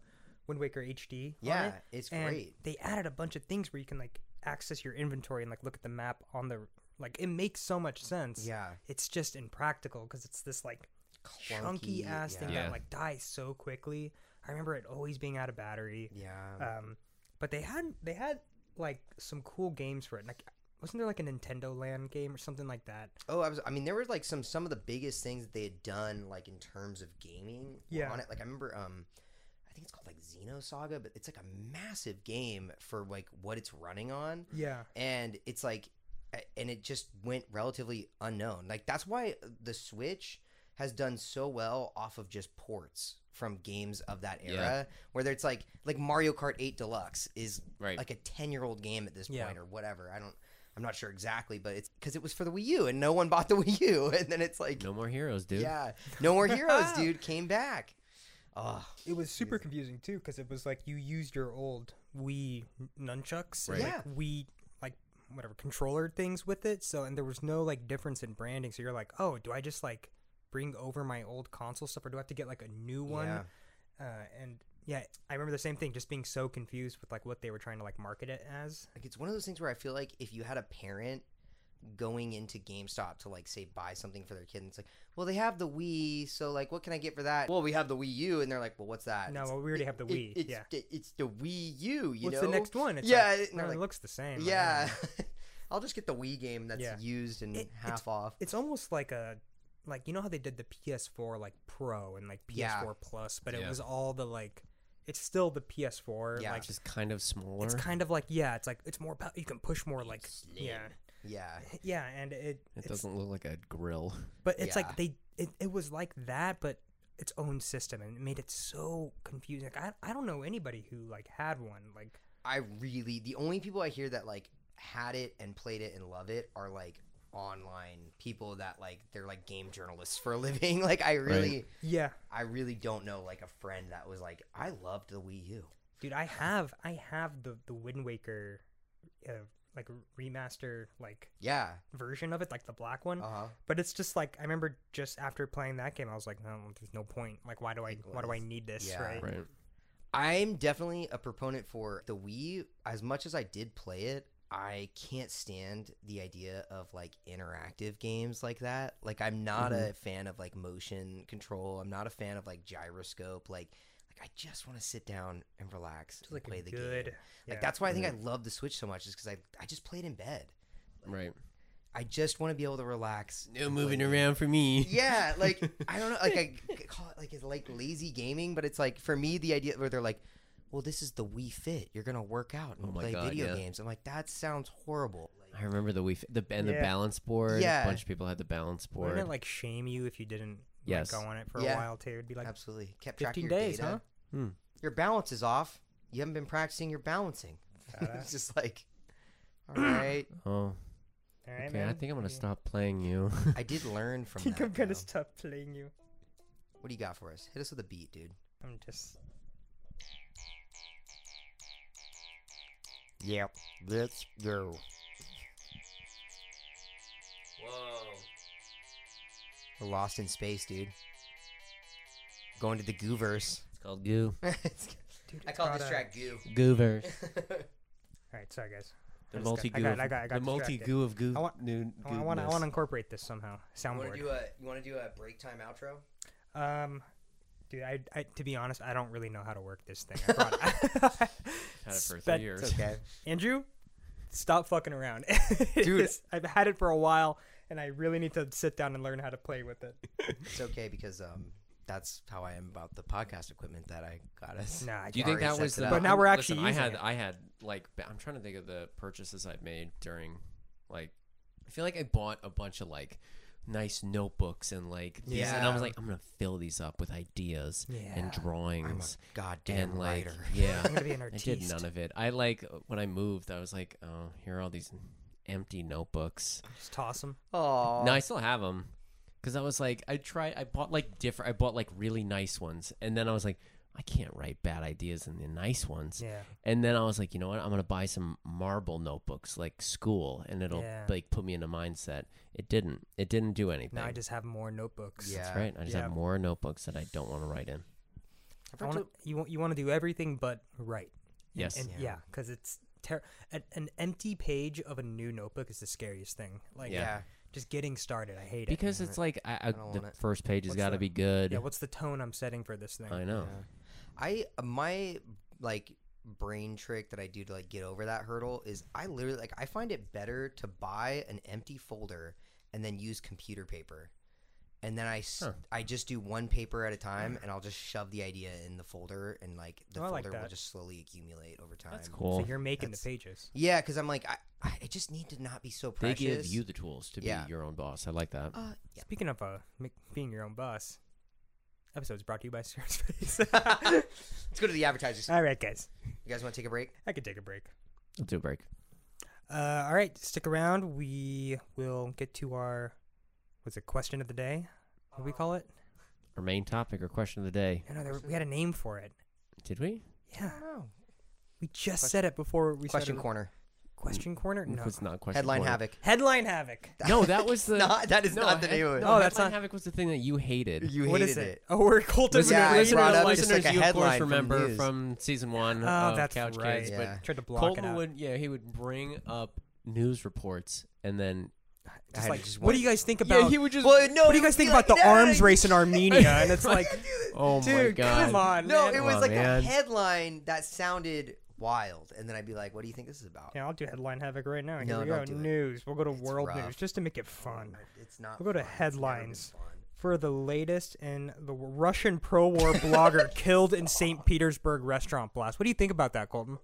S1: Wind Waker HD. on
S2: Yeah,
S1: it,
S2: it's
S1: and
S2: great.
S1: They added a bunch of things where you can like access your inventory and like look at the map on the like. It makes so much sense.
S2: Yeah.
S1: it's just impractical because it's this like chunky
S2: Clunky,
S1: ass thing
S2: yeah.
S3: Yeah.
S1: that like dies so quickly. I remember it always being out of battery.
S2: Yeah.
S1: Um, but they had they had like some cool games for it. Like, wasn't there like a Nintendo Land game or something like that?
S2: Oh, I was. I mean, there were like some some of the biggest things that they had done, like in terms of gaming. were
S1: Yeah.
S2: On it, like I remember, um, I think it's called like Xenosaga, but it's like a massive game for like what it's running on,
S1: Yeah.
S2: and it's like, a- and it just went relatively unknown. Like that's why the Switch has done so well off of just ports from games of that
S3: Yeah.
S2: era, whether it's like like Mario Kart Eight Deluxe is
S3: right.
S2: like a 10 year old game at this
S1: Yeah.
S2: point or whatever. I don't, I'm not sure exactly, but it's because it was for the Wii U and no one bought the Wii U. And then it's like,
S3: no more heroes, dude.
S2: yeah, No More Heroes, dude, came back. Oh,
S1: It was super confusing too because it was like you used your old Wii n- nunchucks, and,
S2: Right.
S1: like Wii like whatever controller things with it. So and there was no like difference in branding. So you're like, oh, do I just like bring over my old console stuff, or do I have to get like a new one?
S2: Yeah.
S1: Uh, and yeah, I remember the same thing, just being so confused with like what they were trying to like market it as.
S2: like it's one of those things where I feel like if you had a parent going into GameStop to like say buy something for their kid, and it's like, well, they have the Wii, so like, what can I get for that? Well, we have the Wii U, and they're like, well, what's that?
S1: No,
S2: It's-
S1: well, we already
S2: it-
S1: have the
S2: it-
S1: Wii,
S2: it's,
S1: yeah.
S2: the- it's the Wii U. You
S1: What's
S2: know?
S1: the next one? It's
S2: yeah,
S1: like,
S2: it- and
S1: no,
S2: they're
S1: it
S2: like,
S1: looks the same. I don't
S2: yeah.
S1: know.
S2: I'll just get the Wii game that's
S1: Yeah.
S2: used and
S1: It- it's-
S2: half off.
S1: it's almost like a like you know how they did the PS4 like Pro and like PS4
S2: Yeah.
S1: Plus, but it
S3: Yeah.
S1: was all the like it's still the PS4.
S2: Yeah.
S1: like
S3: Just kind of smaller.
S1: it's kind of like yeah, it's like it's more pow- you can push more like yeah,
S2: Yeah,
S1: yeah, and it
S3: it
S1: it's-
S3: doesn't look like a grill.
S1: But it's
S2: Yeah.
S1: like they it, it was like that, but its own system, and it made it so confusing. Like, I I don't know anybody who like had one like
S2: I really the only people I hear that like had it and played it and love it are like online people that like they're like game journalists for a living. Like I really.
S1: yeah.
S2: I really don't know like a friend that was like, I loved the Wii U.
S1: Dude, I have I have the the Wind Waker, uh, like remaster like
S2: Yeah.
S1: version of it, like the black one.
S2: Uh huh.
S1: But it's just like I remember just after playing that game, I was like, no, there's no point. Like, why do I why do I need this?
S2: Yeah.
S1: Right?
S3: Right.
S2: I'm definitely a proponent for the Wii. As much as I did play it, I can't stand the idea of like interactive games like that. Like I'm not a fan of like motion control. I'm not a fan of like gyroscope. Like like I just want to sit down and relax
S1: Just
S2: and
S1: like
S2: play
S1: a
S2: the
S1: good.
S2: game. Like
S1: yeah.
S2: that's why I think I love the Switch so much is because I I just played in bed.
S3: Right.
S2: I just want to be able to relax.
S3: No
S2: and play
S3: moving
S2: games.
S3: around for me.
S2: Yeah, like I don't know, like I c- call it like it's like lazy gaming, but it's like for me the idea where they're like, well, this is the Wii Fit. You're gonna work out and
S3: Oh my
S2: play
S3: God,
S2: video
S3: yeah.
S2: games. I'm like, that sounds horrible. Like,
S3: I remember the Wii, Fit- the and the
S1: Yeah.
S3: balance board.
S2: Yeah.
S3: A bunch of people had the balance
S1: Wouldn't
S3: board.
S1: it like shame you if you didn't
S3: Yes.
S1: like, go on it for
S2: Yeah.
S1: a while too? It'd be like
S2: absolutely kept track of
S1: 15
S2: your
S1: days,
S2: data.
S1: huh?
S3: Hmm.
S2: Your balance is off. You haven't been practicing your balancing. it's just like, all right.
S3: oh,
S1: All right,
S3: okay.
S1: man.
S3: I think I'm gonna
S1: Yeah.
S3: stop playing you.
S2: I did learn
S1: I
S2: from
S1: think
S2: that.
S1: I'm gonna
S2: though.
S1: stop playing you.
S2: what do you got for us? Hit us with a beat, dude.
S1: I'm just
S2: Yep. Let's go.
S3: Whoa.
S2: We're lost in space, dude. Going to the Gooverse.
S3: It's called goo.
S2: It's-
S1: dude.
S2: I
S1: it's
S2: call
S1: got
S2: this
S1: a-
S2: track Goo.
S3: Gooverse.
S1: All right, sorry guys.
S3: The
S1: I just got-
S3: multi
S1: I
S3: goo.
S1: got- I got- I got
S3: The multi
S1: distracted.
S3: goo of goo.
S1: I want-
S3: new,
S1: I want- I want I
S3: goodness.
S1: want to incorporate this somehow.
S2: You want to
S1: Soundboard.
S2: do a you want to do a break time outro?
S1: um, dude, I, I to be honest, I don't really know how to work this thing. I brought-
S3: Had it for
S1: Spent-
S3: three years.
S2: okay.
S1: Andrew, stop fucking around.
S2: Dude.
S1: This- I've had it for a while and I really need to sit down and learn how to play with it.
S2: it's okay because um that's how I am about the podcast equipment that I got us.
S1: Nah, I
S3: Do you
S1: can't.
S3: think
S2: Already
S3: that was?
S2: sets it
S3: The,
S2: up.
S1: But now we're
S3: I'm-
S1: actually
S3: Listen, I
S1: using
S3: had
S1: it.
S3: I had like ba- I'm trying to think of the purchases I've made during like I feel like I bought a bunch of like nice notebooks and like these, and I was
S2: Yeah.
S3: like I'm gonna fill these up with ideas
S1: Yeah. I'm
S3: and
S1: a
S2: I'm a
S3: drawings
S2: goddamn
S3: and like
S2: writer.
S3: yeah
S1: I'm gonna be an
S3: I did
S1: artiste.
S3: none of it. I like when I moved I was like oh here are all these empty notebooks.
S1: Just toss them.
S2: Oh,
S3: No, I still have them because I was like, I tried. I bought like different. I bought like really nice ones, and then I was like, I can't write bad ideas in the nice ones.
S1: Yeah.
S3: And then I was like, you know what? I'm gonna buy some marble notebooks, like school, and it'll
S1: Yeah.
S3: like put me in a mindset. It didn't. It didn't do anything.
S1: Now I just have more notebooks.
S2: Yeah.
S3: That's right. I just
S1: Yeah.
S3: have more notebooks that I don't want to write in.
S1: I wanna, you want you want to do everything but right. And-
S3: Yes.
S1: And, yeah,
S2: Yeah.
S1: because it's ter- an, an empty page of a new notebook is the scariest thing. Like,
S2: yeah.
S3: Yeah.
S1: just getting started. I hate
S3: Because it's like I, I,
S2: don't
S3: the
S2: want it.
S3: first page has
S1: What's
S3: got to
S1: the-
S3: be
S1: it.
S3: good.
S1: Yeah. What's the tone I'm setting for this thing?
S3: I know.
S2: I my like brain trick that I do to like get over that hurdle is I literally like I find it better to buy an empty folder and then use computer paper. And then I, s-
S3: Huh.
S2: I just do one paper at a time and I'll just shove the idea in the folder and like the
S1: Oh, I
S2: folder
S1: like
S2: will
S1: that.
S2: just slowly accumulate over time.
S3: That's
S1: So
S3: cool.
S1: you're making
S2: That's-
S1: the pages.
S2: Yeah, because I'm like I, I I just need to not be so
S3: They
S2: precious.
S3: give you the tools to
S2: Yeah.
S3: be your own boss. I like that.
S2: Uh, yeah.
S1: Speaking of uh, m- being your own boss, episode's brought to you by Squarespace.
S2: Let's go to the advertisers.
S1: all right, guys,
S2: You guys want to take a break?
S1: I could take a break.
S3: Let's do a break.
S1: Uh, all right, stick around. We will get to our what's it question of the day? What do we call it?
S3: Our main topic or question of the day.
S1: No, no, there, we had a name for it.
S3: Did we?
S1: Yeah, we just said it before we
S2: Question
S1: started.
S2: corner.
S1: Question corner. No.
S3: It's not question.
S2: Headline
S3: corner.
S2: havoc.
S1: Headline havoc.
S3: No, that was the.
S2: Not, that is
S3: no,
S2: not the
S3: head-
S2: name of it.
S3: No,
S1: Oh,
S3: headline
S1: that's not-
S3: havoc was the thing that you hated.
S2: You
S1: what
S2: hated
S1: is it?
S2: it.
S1: Oh, we're cult of
S2: Listen- Yeah, I
S1: listeners.
S2: brought up just
S1: listeners.
S2: like a
S3: you of course
S2: headline from the
S3: remember
S2: news.
S3: from season one
S1: Oh,
S3: of
S1: that's
S3: Couch
S1: right.
S3: Kids,
S2: Yeah.
S3: but
S1: Tried to block it
S3: Colton
S1: out.
S3: would yeah he would bring up news reports and then
S2: I
S1: Just
S2: had
S1: like,
S2: to just
S1: what do
S2: want-
S1: you guys think about?
S3: he would just.
S2: Well, no.
S1: what do
S2: it
S1: you guys
S2: would be
S1: think
S2: like,
S1: about the
S2: "No,
S1: arms
S2: no,
S1: race in Armenia? And it's like,
S3: oh my
S1: dude,
S3: god.
S1: come on,
S2: No,
S1: man.
S2: it was
S3: Oh,
S2: like a
S3: man.
S2: headline that sounded wild, and then I'd be like, "What do you think this is about?"
S1: Yeah, I'll do headline havoc right now. Here
S2: No,
S1: we
S2: don't
S1: go.
S2: do it.
S1: News. We'll go to world
S2: rough.
S1: news just to make it fun.
S2: It's not.
S1: We'll go to
S2: fun. It's never been
S1: headlines.
S2: fun.
S1: For the latest in the w- Russian pro-war blogger killed in St. Petersburg restaurant blast. What do you think about that, Colton?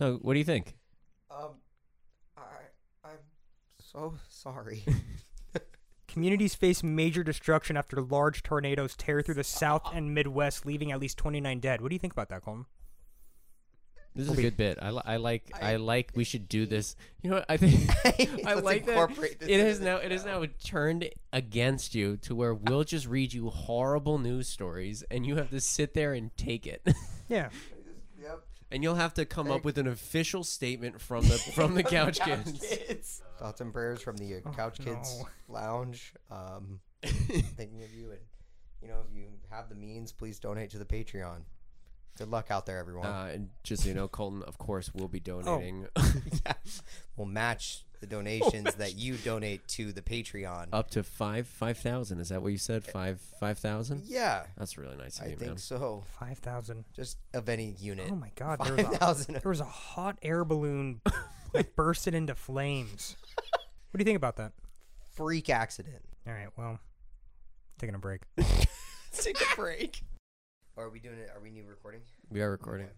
S3: No, what do you think?
S2: Um, I I'm so sorry.
S1: Communities face major destruction after large tornadoes tear through the South and Midwest, leaving at least 29 dead. What do you think about that, Colton?
S3: This is a good bit. I, li- I like. I, like. We should do this. You know what? I think. I
S2: Let's
S3: like that.
S2: incorporate this
S3: It
S2: into
S3: is
S2: the
S3: now. It is now turned against you to where we'll just read you horrible news stories, and you have to sit there and take it.
S1: Yeah.
S2: Yep.
S3: And you'll have to come up with an official statement from the from the couch kids.
S2: Thoughts and prayers from the uh, Couch Kids Lounge. Um, thinking of you, and you know, if you have the means, please donate to the Patreon. Good luck out there, everyone.
S3: Uh, and just so you know, Colton, of course, will be
S2: Oh.
S3: donating
S2: we'll match the donations that you donate to the Patreon.
S1: Um,
S3: up to five five thousand. Is that what you said? Five five thousand.
S2: yeah,
S3: That's really nice of
S2: I
S3: you,
S2: think
S3: man.
S2: so.
S1: 5,000.
S2: Just of any unit.
S1: Oh my god, there was
S2: Five
S1: a
S2: thousand.
S1: There was a hot air balloon that bursted into flames. What do you think about that?
S2: Freak accident.
S1: All right, well, taking a break.
S2: Take a break. Are we doing it? Are we new recording?
S3: We are recording.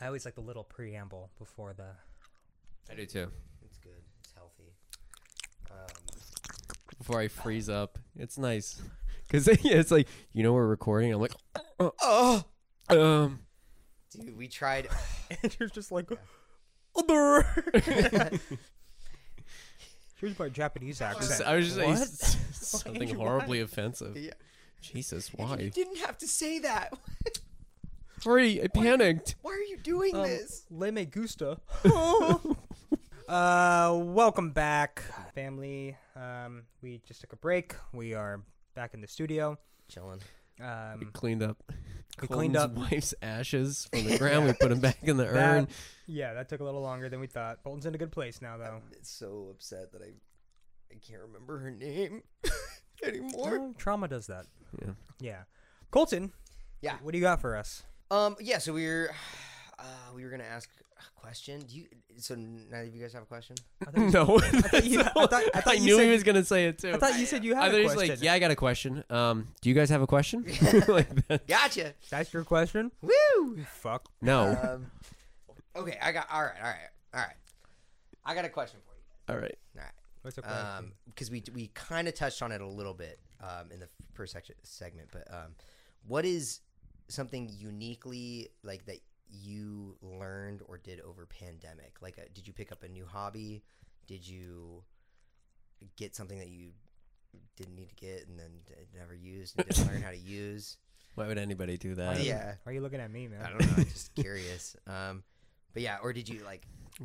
S1: I always like the little preamble before the.
S3: I do too.
S2: It's good. It's healthy. Um,
S3: Before I freeze up, it's nice because yeah, it's like you know we're recording. I'm like, uh,
S2: Oh,
S3: um,
S2: dude, we tried.
S1: Andrew's just like, other. Here's my Japanese accent.
S3: I was just saying
S1: What?
S3: s- something
S2: Andrew,
S3: horribly offensive.
S2: Yeah.
S3: Jesus,
S2: You
S3: why?
S2: didn't have to say that.
S3: Sorry, I panicked.
S2: Why are you doing
S1: Um,
S2: this?
S1: Le me gusta. uh, welcome back, family. Um, we just took a break. We are back in the studio.
S2: Chilling.
S3: We
S1: Um,
S3: cleaned up.
S1: We cleaned
S3: Colton's wife's ashes from the ground. We put them back in the urn.
S1: That- yeah, that took a little longer than we thought. Bolton's in a good place now, though.
S2: It's so upset that I, I can't remember her name anymore.
S1: Well, trauma does that.
S3: Yeah.
S1: Yeah. Colton.
S2: Yeah.
S1: What do you got for us?
S2: Um. Yeah. So we were, uh, we were gonna ask a question. Do you? So neither of you guys have a question.
S3: No,
S1: you- I
S3: that's all- I,
S1: thought- I thought you
S3: knew
S1: said-
S3: he was gonna say it too.
S1: I thought you said you had
S3: I thought
S1: a
S3: he was
S1: question.
S3: like, "Yeah, I got a question. Um, do you guys have a question?" like that.
S2: Gotcha.
S1: That's your question?
S2: Woo.
S1: Fuck.
S3: No.
S1: Uh,
S2: Um, okay. I got. All right. All right. All right. I got a question for you.
S3: All right.
S2: All right.
S1: What's your question?
S2: um because we we kind of touched on it a little bit um in the first section segment but um what is something uniquely like that you learned or did over pandemic like uh did you pick up a new hobby did you get something that you didn't need to get and then d- never used and didn't learn how to use
S3: Why would anybody do that?
S2: Um, yeah
S1: Why are you looking at me, man?
S2: i don't know i'm just curious um but yeah or did you like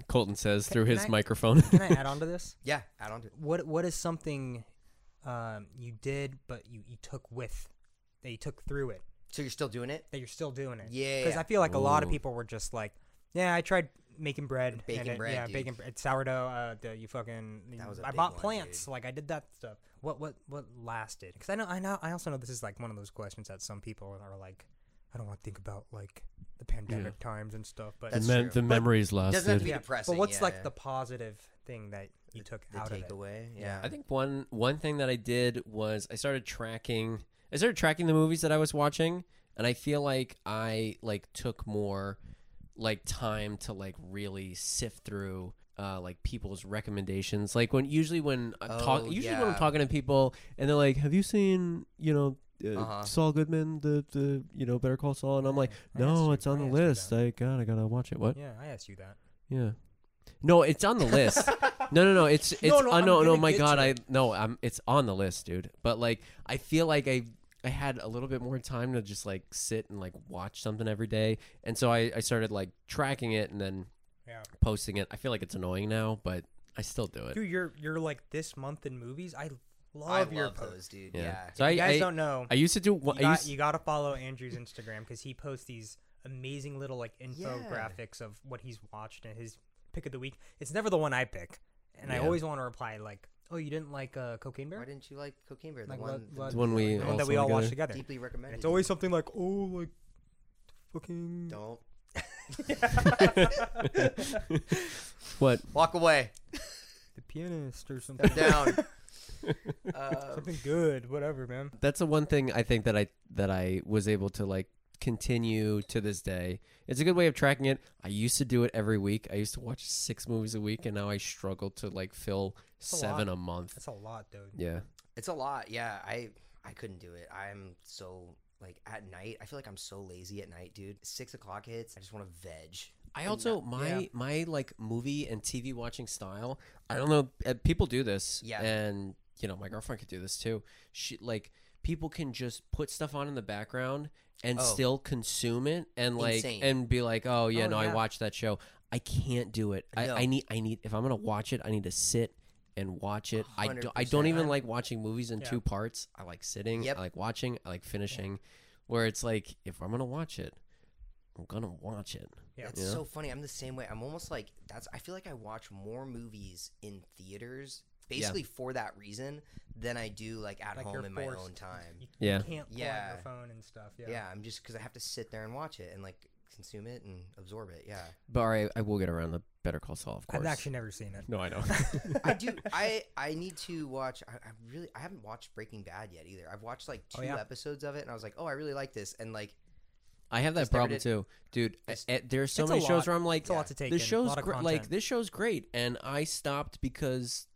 S3: Colton says through
S1: can
S3: his
S1: I-
S3: microphone.
S1: Can I add on to this?
S2: yeah add on to it
S1: What What is something um, you did but you, you took with, that you took through it,
S2: so you're still doing it
S1: that you're still doing it?
S2: Yeah,
S1: Because
S2: yeah.
S1: I feel like a lot of
S3: Ooh.
S1: people were just like, yeah, I tried making bread.
S2: Baking
S1: and it,
S2: bread,
S1: Yeah,
S2: dude.
S1: baking bread. Sourdough, uh, the, you fucking.
S2: That was a
S1: I
S2: big
S1: bought
S2: one,
S1: plants.
S2: dude.
S1: Like, I did that stuff. What what what lasted? Because I know, I know, I also know this is like one of those questions that some people are like, I don't want to think about like the pandemic times and stuff. But
S3: the,
S2: That's
S3: mem-
S2: true.
S3: the memories
S2: doesn't have to
S3: lasted.
S2: be
S1: Yeah,
S2: depressing
S1: But what's
S2: yeah,
S1: like
S2: yeah.
S1: the positive thing that you took
S2: the
S1: out of it?
S2: takeaway yeah
S3: I think one one thing that I did was I started tracking. I started tracking the movies that I was watching, and I feel like I like took more like time to like really sift through uh, like people's recommendations. Like when usually when I talk,
S2: Oh,
S4: Oh,
S3: usually when I'm
S2: yeah.
S3: talking to people, and they're like, "Have you seen you know?" Uh,
S2: Uh-huh.
S3: Saul Goodman, the the you know Better Call Saul, and I'm like,
S1: I asked
S3: no,
S1: you-
S3: it's on
S1: I
S3: the
S1: asked you
S3: list.
S1: that.
S3: I God, I gotta watch it. What?
S1: Yeah, I asked you that.
S3: Yeah. No, it's on the list. no, no, no. It's it's
S1: No,
S3: no,
S1: no,
S3: no,
S1: I'm
S3: no,
S1: gonna
S3: my
S1: get
S3: god,
S1: to
S3: I no, I'm it's on the list, dude. But like I feel like I I had a little bit more time to just like sit and like watch something every day. And so I I started like tracking it and then
S1: Yeah.
S3: posting it. I feel like it's annoying now, but I still do it.
S1: Dude, you're you're like this month in movies. I love
S2: I
S1: your
S2: love
S1: posts.
S2: those, dude.
S3: yeah.
S2: Yeah.
S3: So I,
S1: You guys
S3: I,
S1: don't know.
S3: I used to do one
S1: you,
S3: I
S1: got,
S3: used,
S1: you gotta follow Andrew's Instagram because he posts these amazing little like infographics of what he's watched and his pick of the week. It's never the one I pick. and I always want to reply like, "Oh, you didn't like uh, Cocaine Bear?"
S2: Why didn't you like Cocaine Bear? The
S1: Like,
S2: one
S1: what-
S3: The one we
S1: The one that
S3: also
S1: we all watched together.
S3: together.
S2: deeply
S1: And
S2: recommended.
S1: It's always something like, "Oh, like fucking."
S2: don't
S3: what?
S2: walk away.
S1: The pianist or something.
S2: Step down. uh,
S1: Something good, whatever, man.
S3: That's the one thing I think that I that I was able to like continue to this day. It's a good way of tracking it. I used to do it every week. I used to watch six movies a week, and now I struggle to like fill
S1: a
S3: seven
S1: lot.
S3: a month.
S1: That's a lot, dude.
S3: Yeah.
S2: it's a lot. Yeah, I I couldn't do it. I'm so like at night. I feel like I'm so lazy at night, dude. Six o'clock hits. I just want to veg.
S3: I also my my like movie and TV watching style. I don't know. uh, People do this,
S2: Yeah.
S3: and you know my girlfriend could do this too. She like people can just put stuff on in the background and
S2: Oh.
S3: still consume it, and like
S2: Insane.
S3: and be like, oh yeah,
S1: Oh,
S3: no, I
S1: yeah.
S3: watched that show. I can't do it. I,
S2: No.
S3: I need I need if I'm gonna watch it, I need to sit and watch it. I don't I
S2: 100%.
S3: don't even like watching movies in
S1: Yeah.
S3: two parts. I like sitting.
S2: Yep.
S3: I like watching. I like finishing. Where it's like if I'm gonna watch it, I'm gonna watch it.
S1: Yeah.
S2: It's so funny. I'm the same way. I'm almost like that's. I feel like I watch more movies in theaters, basically for that reason, than I do like at
S1: Like,
S2: home
S1: you're
S2: in my
S1: forced.
S2: own time.
S1: You
S3: Yeah.
S1: can't pull out
S2: Yeah.
S1: your phone and stuff. Yeah.
S2: Yeah, I'm just because I have to sit there and watch it and like consume it and absorb it. Yeah,
S3: But all right, I will get around the Better Call Saul, of course.
S1: I've actually never seen it.
S3: no, I know.
S2: I do. I I need to watch. I, I really I haven't watched Breaking Bad yet either. I've watched like two
S1: Oh, yeah.
S2: episodes of it and I was like, oh, I really like this. And like,
S3: I have that
S2: Just never
S3: problem
S2: did.
S3: too, dude. I,
S2: Just-
S3: I, there are so
S1: It's a
S3: many shows
S1: lot.
S3: where I'm like,
S1: It's a lot to take.
S3: this
S1: in, a
S3: show's
S1: lot of
S3: gr- like
S1: content.
S3: this show's great, and I stopped because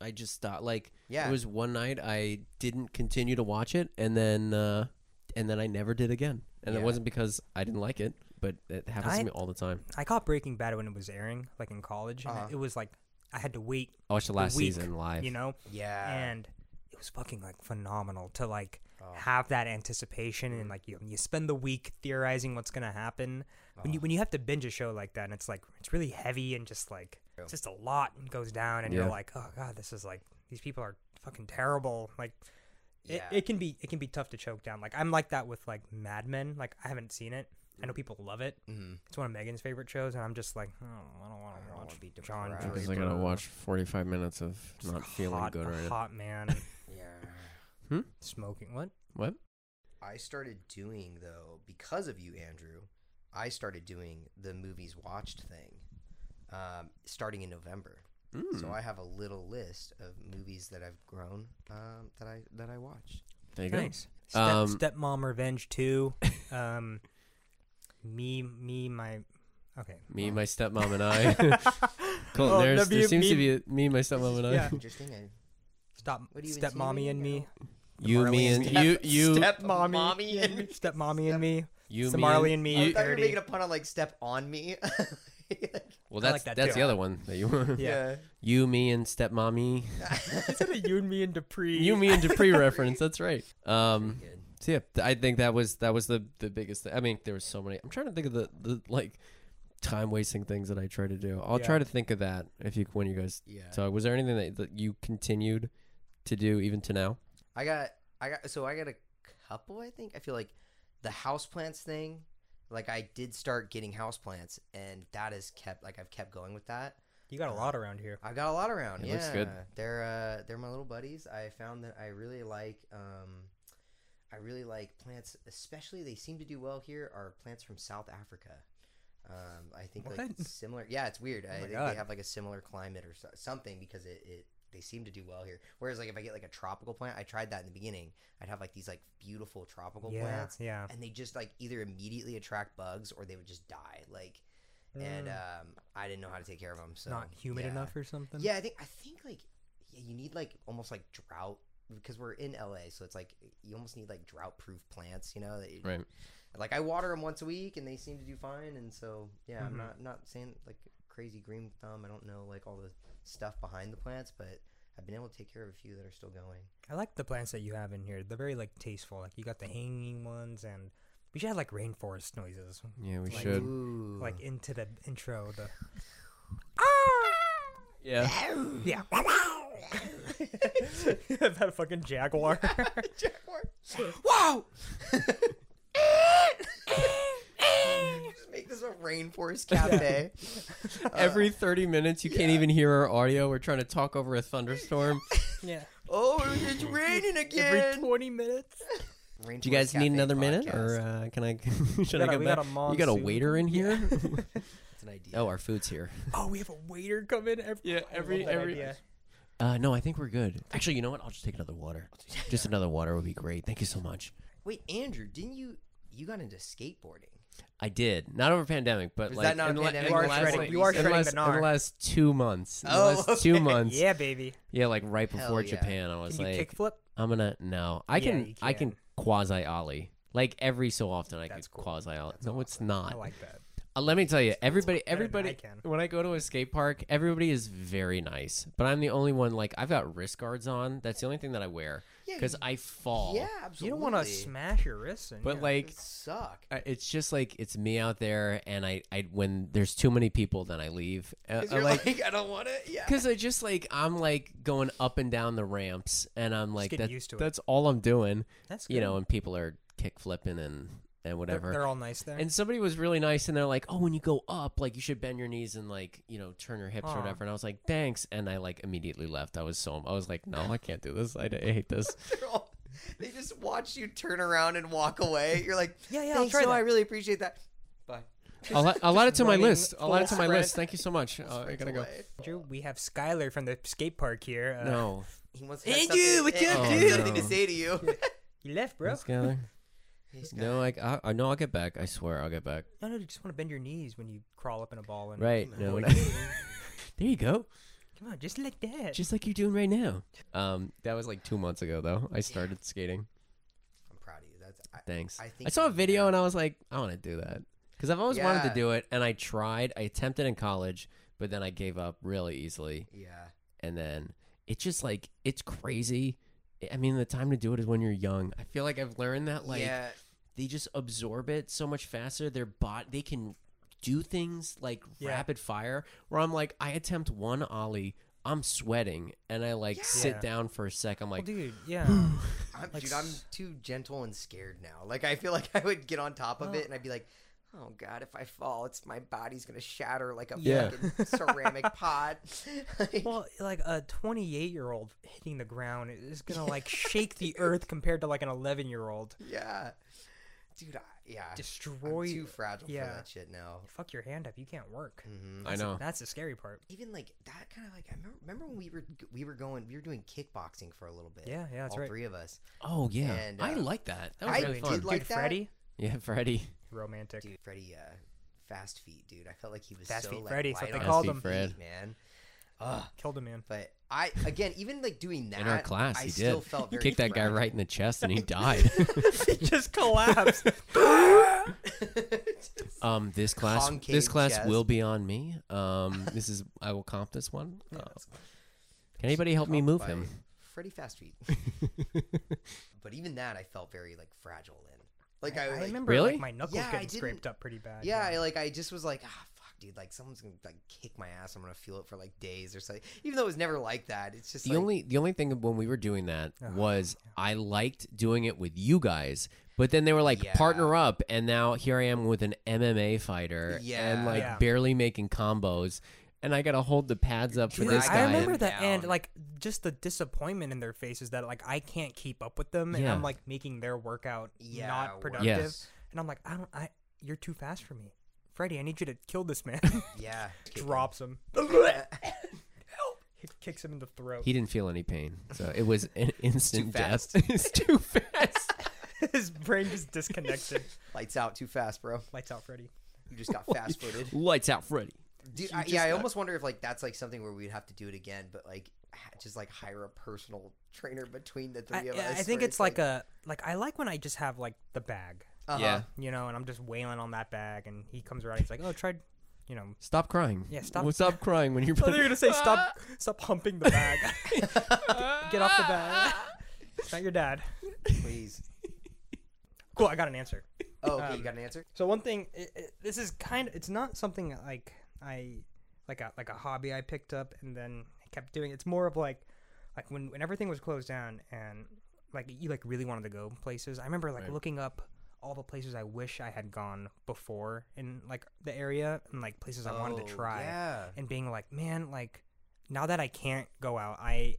S3: I just stopped. Like,
S2: Yeah.
S3: it was one night I didn't continue to watch it, and then uh, and then I never did again, and
S2: Yeah.
S3: it wasn't because I didn't like it, but it happens
S1: I-
S3: to me all the time.
S1: I caught Breaking Bad when it was airing, like in college, and
S2: Uh-huh.
S1: it was like I had to wait
S3: I watched the
S1: a
S3: last
S1: week,
S3: season live.
S1: you know,
S2: yeah,
S1: and it was fucking like phenomenal to like
S2: Oh.
S1: have that anticipation
S2: Mm.
S1: and like you you spend the week theorizing what's gonna happen when
S2: oh,
S1: you when you have to binge a show like that and it's like it's really heavy and just like it's just a lot and goes down and
S3: Yeah.
S1: you're like oh god this is like these people are fucking terrible like it,
S2: Yeah.
S1: it can be it can be tough to choke down like I'm like that with like Mad Men like I haven't seen it I know
S2: Mm.
S1: people love it
S2: Mhm.
S1: it's one of Megan's favorite shows and I'm just like oh, I don't want to
S2: don't
S1: watch
S2: wanna be
S1: John
S2: deprived.
S1: Draper.
S2: Because
S3: I gotta watch 45 minutes of not feeling
S1: hot,
S3: good
S1: a
S3: right now.
S1: hot man
S2: yeah.
S1: smoking what
S3: What?
S2: I started doing though because of you, Andrew. I started doing the movies watched thing, um, starting in November. So I have a little list of movies that I've grown um, that I that I watched.
S3: There you go.
S1: Nice. Step,
S3: Um,
S1: Stepmom Revenge 2. Um, me, me, my. Okay.
S3: Me, my stepmom, and I. Colton,
S1: Oh,
S3: there's,
S1: no,
S3: there
S1: me-
S3: seems to be
S1: me-
S3: a, me, my stepmom, and I.
S1: Yeah.
S2: Interesting. I,
S1: Stop.
S2: What are you
S1: Stepmommy and me.
S2: insinuating?
S3: You, me, and you, you,
S2: stepmommy, and me.
S1: Stepmommy and me.
S3: you, me,
S1: Marley
S3: and-
S1: and me.
S2: I thought you were
S1: parody.
S2: making a pun on like step on me.
S3: Well,
S1: I
S3: that's
S1: like that
S3: that's
S1: too.
S3: the other one that you.
S1: yeah.
S3: You, me, and stepmommy.
S1: Is it a you and me and Dupree?
S3: You, me, and Dupree reference. That's right. Um.
S2: Good.
S3: So yeah, th- I think that was that was the the biggest. thing. I mean, there was so many. I'm trying to think of the the like time wasting things that I try to do. I'll
S1: Yeah.
S3: try to think of that if you when you guys
S2: Yeah.
S3: talk. Was there anything that, that you continued to do even to now?
S2: I got I got so I got a couple I think. I feel like the houseplants thing, like I did start getting houseplants and that has kept like I've kept going with that.
S1: You got a lot around here.
S2: I've got a lot around.
S3: It
S2: yeah.
S3: looks good.
S2: They're uh they're my little buddies. I found that I really like um I really like plants, especially they seem to do well here are plants from South Africa. Um, I think like
S1: What? Oh
S2: similar. Yeah, it's weird.
S1: my
S2: I think they
S1: God.
S2: have like a similar climate or so- something because it, it they seem to do well here. Whereas like if I get like a tropical plant, I tried that in the beginning. I'd have like these like beautiful tropical
S1: Yeah.
S2: plants,
S1: Yeah.
S2: and they just like either immediately attract bugs or they would just die. Like, and
S1: Mm.
S2: um, I didn't know how to take care of them. So
S1: Not humid
S2: yeah.
S1: enough or something?
S2: Yeah, I think I think like yeah, you need like almost like drought because we're in LA, so it's like you almost need like drought proof plants, you know? That you,
S3: Right.
S2: Like I water them once a week, and they seem to do fine. And so yeah,
S1: Mhm.
S2: I'm
S3: Mm-hmm.
S2: not not saying like crazy green thumb. I don't know like all the stuff behind the plants, but I've been able to take care of a few that are still going.
S1: I like the plants that you have in here. They're very, like, tasteful. Like, you got the hanging ones and. We should have, like, rainforest noises.
S3: Yeah, we
S1: Like,
S3: should.
S2: Ooh.
S1: Like, into the intro. The.
S3: Yeah.
S1: Yeah. that fucking jaguar.
S2: wow. Just make this a Rainforest Cafe. Uh,
S3: Every 30 minutes, you can't even hear our audio. We're trying to talk over a thunderstorm.
S1: Yeah.
S2: oh, it's raining
S1: Every
S2: again.
S1: 20 minutes.
S3: Do you guys need another minute, or uh, can I? should I
S7: got a-
S3: go
S7: we
S3: back?
S7: got a
S3: you got a
S7: monsoon
S3: waiter in here.
S2: it's an idea?
S3: oh, our food's here.
S1: Oh, we have a waiter come in every.
S3: Yeah, every every. Uh, no, I think we're good. Actually, you know what? I'll just take another water. Just another water would be great. Thank you so much.
S2: Wait, Andrew, didn't you you got into skateboarding?
S3: I did not over pandemic, but
S2: Was
S3: like
S2: that not
S3: in
S2: a
S3: la-
S2: pandemic?
S3: in
S2: You are
S3: the last,
S2: shredding-
S3: like,
S2: you are
S3: in the
S1: shredding
S3: last-
S1: the gnar.
S3: in the last two months. In the
S2: Oh,
S3: last two
S2: okay.
S3: months.
S1: Yeah, baby.
S3: Yeah, like right
S2: Hell
S3: before
S2: yeah.
S3: Japan, I was
S1: Can you
S3: like,
S1: kickflip?
S3: I'm gonna no. I
S1: Yeah,
S3: can,
S1: you
S3: I can
S1: can.
S3: quasi ollie. Like every so often, I
S1: That's
S3: can
S1: cool.
S3: quasi ollie. No, it's not.
S1: I like that.
S3: Uh, let me tell you, everybody,
S1: better than
S3: everybody.
S1: I can.
S3: when I go to a skate park, everybody is very nice, but I'm the only one. Like I've got wrist guards on. That's the only thing that I wear
S2: Yeah,
S3: because
S2: you-
S3: I fall.
S2: Yeah, absolutely.
S1: You don't want to smash your wrists. In,
S3: But
S1: yeah.
S3: like,
S2: It suck.
S3: I- it's just like it's me out there, and I, I when there's too many people, then I leave. Uh,
S2: Because
S3: uh,
S2: you're
S3: like,
S2: like, I don't want it. Yeah.
S3: because I just like I'm like going up and down the ramps, and I'm like
S1: getting
S3: that-
S1: used to it.
S3: that's all I'm doing,
S1: that's
S3: you know, and people are kick flipping and and
S1: they're,
S3: whatever.
S1: they're all nice there.
S3: And somebody was really nice, and they're like, "Oh, when you go up, like you should bend your knees and like you know turn your hips
S1: Aw.
S3: or whatever." And I was like, "Thanks," and I like immediately left. I was so I was like, "No, I can't do this. I, I hate this."
S2: They're all- they just watch you turn around and walk away. You're like,
S1: Yeah, yeah, I'll
S2: thanks,
S1: try
S2: no,
S1: that."
S2: I really appreciate that. Bye.
S3: I'll, add- I'll add it to my
S7: running
S3: list. I'll add it to
S7: full
S3: my
S7: sprint.
S3: list. Thank you so much. Uh, I gotta go.
S2: Away.
S1: Andrew, we have Skylar from the skate park here. Uh,
S3: No,
S2: He wants
S1: Andrew, what you
S3: up
S2: He
S3: to?
S2: has something to say to you.
S1: You left, bro.
S3: Let's gather.
S2: He's got-
S3: No, like I, I know I'll get back. I swear I'll get back.
S1: No, no, you just want to bend your knees when you crawl up in a ball. And,
S3: Right? No. no. there you go.
S1: Come on, just like that.
S3: Just like you're doing right now. Um, that was like two months ago though. I started skating.
S2: I'm proud of you. That's I,
S3: Thanks.
S2: I
S3: I,
S2: think
S3: saw a
S2: you
S3: video
S2: can.
S3: and I was like, I want to do that because I've always wanted
S2: Yeah.
S3: to do it, and I tried. I attempted in college, but then I gave up really easily.
S2: yeah.
S3: And then it's just like it's crazy. I mean, the time to do it is when you're young. I feel like I've learned that like
S2: yeah.
S3: they just absorb it so much faster. Their bot they can do things like
S1: Yeah.
S3: rapid fire. Where I'm like, I attempt one ollie. I'm sweating and I like
S1: Yeah.
S3: sit down for a sec. I'm like,
S1: well, dude, yeah.
S2: I'm,
S1: Like
S2: dude, I'm
S1: s-
S2: too gentle and scared now. Like I feel like I would get on top of it and I'd be like, "Oh God, if I fall, it's my body's gonna shatter like a
S3: Yeah.
S2: fucking ceramic pot." Like,
S1: well, like a 28 year old hitting the ground is gonna like shake the earth compared to like an 11 year old.
S2: yeah, dude. I, yeah,
S1: Destroy.
S2: I'm too fragile
S1: yeah.
S2: for that shit now.
S1: Fuck your hand up. You can't work.
S2: hmm
S3: I know.
S1: That's the scary part.
S2: Even like that kind of like I remember, remember when we were g- we were going we were doing kickboxing for a little bit.
S1: Yeah, yeah, that's
S2: all
S1: right.
S2: three of us.
S3: Oh yeah,
S2: And,
S3: I
S2: uh,
S3: like that. That was
S2: I
S3: really
S2: did
S3: fun.
S1: Dude,
S2: like that.
S1: Freddy,
S3: yeah, Freddie.
S1: romantic.
S2: Dude, Freddie, uh, fast feet, dude. I felt like he was
S1: Fast
S2: so
S1: feet
S2: like,
S1: Freddy, that's
S2: light
S1: what they
S2: on
S1: called
S2: his
S1: him.
S3: Fast feet
S2: feet, man. Ugh.
S1: Killed a man.
S2: But I again, even like doing that
S3: In our class,
S2: I
S3: he
S2: still
S3: did.
S2: felt
S3: He
S2: very
S3: kicked that guy
S2: threatened.
S3: right in the chest and he died.
S1: It just collapsed.
S3: um, this class, this
S2: Concave
S3: class
S2: chest.
S3: will be on me. Um, this is I will comp this one. Uh, can anybody help me move
S2: by
S3: him?
S2: Freddy fast feet. but even that, I felt very like fragile in. Like I,
S1: I
S2: like,
S1: remember
S3: Really?
S1: like, my knuckles
S2: Yeah, I
S1: getting
S2: didn't-
S1: scraped up pretty bad.
S2: Yeah, I, like I just was like, ah, fuck, dude. Like someone's gonna like kick my ass. I'm gonna feel it for like days or something. Even though it was never like that. It's just
S3: The
S2: like,
S3: only the only thing when we were doing that
S1: Oh,
S3: was I liked doing it with you guys, but then they were like
S2: Yeah.
S3: partner up, and now here I am with an MMA fighter
S2: Yeah.
S3: and like
S1: Yeah.
S3: barely making combos, and I gotta hold the pads up for
S1: Dude,
S3: this
S1: I
S3: guy.
S1: remember
S3: and-
S1: that, and
S2: down.
S1: like just the disappointment in their faces that like I can't keep up with them, and
S3: Yeah.
S1: I'm like making their workout
S2: yeah,
S1: not
S2: worse.
S1: productive,
S3: Yes.
S1: and I'm like, I don't, I, you're too fast for me, Freddy. I need you to kill this man.
S2: Yeah,
S1: Drops him, He kicks him in the throat.
S3: He didn't feel any pain, so it was an instant death.
S2: fast.
S3: it's too fast.
S1: His brain just disconnected.
S2: Lights out too fast, bro.
S1: Lights out, Freddy.
S2: You just got fast footed.
S3: Lights out, Freddy.
S2: Dude, I, yeah, I almost wonder if like that's like something where we'd have to do it again, but like ha- just like hire a personal trainer between the
S1: I,
S2: three of
S1: yeah,
S2: us.
S1: I think
S2: where
S1: it's like, a like I like when I just have like the bag,
S2: uh-huh.
S3: Yeah.
S1: you know, and I'm just wailing on that bag, and he comes around, he's like, oh, try, you know.
S3: Stop crying.
S1: Yeah, stop-
S3: Well, stop crying when you're.
S1: Oh, they're gonna say stop, stop humping the bag. Get off the bag. It's not your dad.
S2: Please.
S1: Cool, I got an answer.
S2: Oh,
S1: Um,
S2: okay, you got an answer?
S1: So one thing, i i this is kind of, it's not something that, like I, like a like a hobby I picked up and then kept doing. It's more of like, like when when everything was closed down and like you like really wanted to go places. I remember like looking up all the places I wish I had gone before in like the area and like places I wanted to
S2: Oh,
S1: try.
S2: Yeah.
S1: and being like, man, like now that I can't go out, I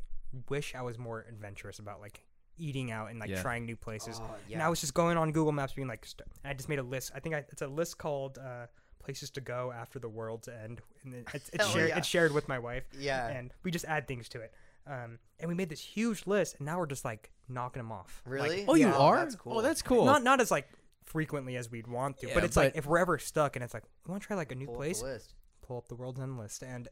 S1: wish I was more adventurous about like eating out and like
S3: Yeah.
S1: trying new places.
S2: Oh,
S1: And
S2: yeah.
S1: I was just going on Google Maps, being like, st- and I just made a list. I think I, it's a list called uh, "Places to Go After the World's End," and then it's, it's
S2: Hell
S1: shared.
S2: Oh, yeah.
S1: It's shared with my wife,
S2: yeah.
S1: and we just add things to it. Um, and we made this huge list, and now we're just like knocking them off. Like,
S2: really?
S3: Oh, you
S2: Yeah,
S3: are?
S2: That's cool.
S3: Oh, that's cool.
S1: not not as like frequently as we'd want to,
S3: Yeah,
S1: but it's like
S3: but-
S1: if we're ever stuck and it's like we want to try like a new
S2: Pull up the
S1: place,
S2: list.
S1: pull up the world's end list and